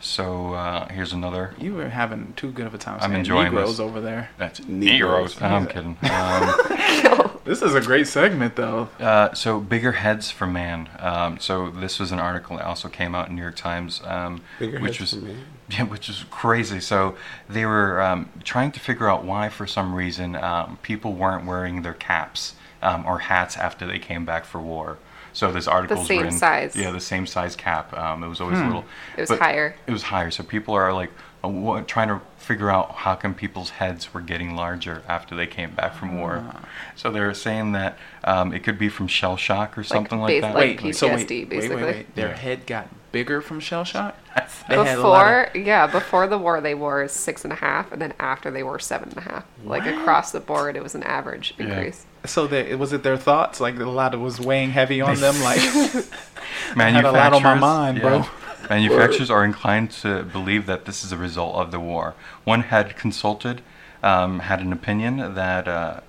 so uh, here's another You were having too good of a time I'm saying enjoying Negroes this. over there. that's Negroes. negroes i'm kidding um, This is a great segment, though. Uh, so bigger heads for man. Um, so this was an article that also came out in New York Times, um, Bigger which heads was for man. yeah, which is crazy. So they were um, trying to figure out why, for some reason, um, people weren't wearing their caps um, or hats after they came back for war. So this article's same written, size. Yeah, the same size cap. Um, it was always a little. Hmm. It was but higher. It was higher. So people are like uh, wha- trying to figure out how come people's heads were getting larger after they came back from war. Ah. So they were saying that um, it could be from shell shock or something like, base- that. like- wait, PTSD, wait, wait, basically. wait. Their Yeah. head got bigger from shell shock. They had a lot Before, yeah, before the war, they wore six and a half, and then after they wore seven and a half. Like across the board, it was an average increase. of, so they, was it their thoughts? Like a lot of was weighing heavy on them. Like had a Manufacturers, lot on my mind, bro. Manufacturers are inclined to believe that this is a result of the war. One head consulted um, had an opinion that uh,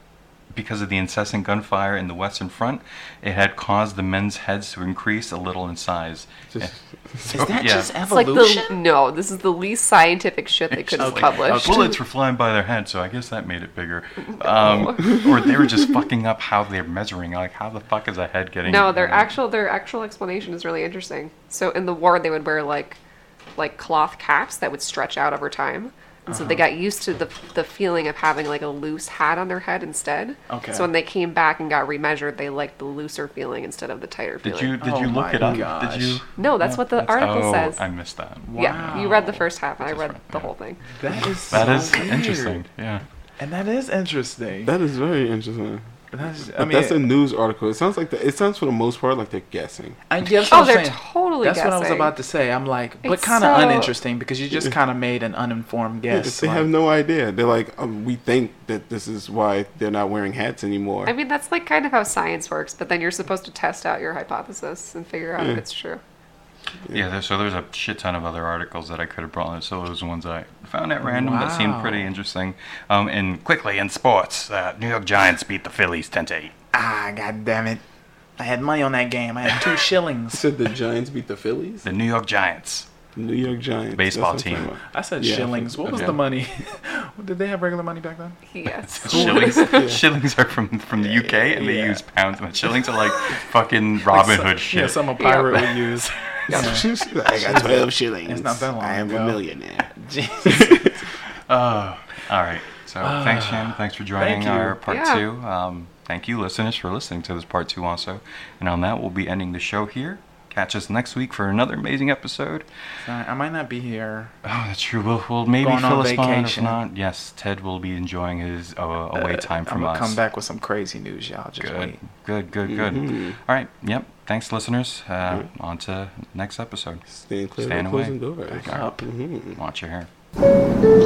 because of the incessant gunfire in the Western Front, it had caused the men's heads to increase a little in size. Just- is that yeah. It's like the no. This is the least scientific shit they could have Like, published. uh, bullets were flying by their head, so I guess that made it bigger. Um, or they were just fucking up how they're measuring. Like, how the fuck is a head getting? No, their uh, actual their actual explanation is really interesting. So in the war, they would wear like like cloth caps that would stretch out over time, And so they Uh-huh. got used to the the feeling of having like a loose hat on their head instead. Okay. So when they came back and got remeasured, they liked the looser feeling instead of the tighter feeling. Did you did Oh you look my it up? gosh. Did you? No, that's what the article oh, says. I missed that. Yeah, you Wow. read the first half, and I That's read right, the yeah. whole thing. That is That so is weird. interesting. Yeah. and that is interesting. That is very interesting. That's, I But mean, that's a news article. It sounds like the, it sounds for the most part like they're guessing. I guess Oh, I'm they're saying. totally That's what I was guessing. about to say. I'm like, but It's kind so- of uninteresting because you just kind of made an uninformed guess. they like- have no idea. They're like, um, we think that this is why they're not wearing hats anymore. I mean, that's like kind of how science works, but then you're supposed to test out your hypothesis and figure out if it's true. Yeah, there, so there's a shit ton of other articles that I could have brought in. So those ones I found at random that seemed Wow. pretty interesting. Um, and quickly in sports, uh, New York Giants beat the Phillies 10 to 8. ah, god damn it! I had money on that game. I had two shillings. Said the Giants beat the Phillies. The New York Giants. New York Giants Baseball that's what I'm team. talking I said Yeah, shillings. What was okay. the money? Did they have regular money back then? Yes. Shillings, shillings are from, from the UK, and they yeah. use pounds. But shillings are like fucking Robin Some- Hood shit. Yeah, some a pirate would use. about. I got twelve shillings. It's not that long I am ago. a millionaire. All right. So thanks, Shannon. Thanks for joining Ah, Thank you. our part Yeah. two. Um, thank you, listeners, for listening to this part two also. And on that, we'll be ending the show here. Catch us next week for another amazing episode. Sorry, I might not be here. Oh, that's true. We'll, we'll maybe Going fill on us on. If vacation. not, yes, Ted will be enjoying his uh, away time I'm from gonna us. come back with some crazy news, y'all. Just Good, wait. good, good, good. Mm-hmm. All right. Yep. Thanks, listeners. Uh, On to next episode. Stand clear Stand of away. closing doors. Mm-hmm. Back up. Watch your hair.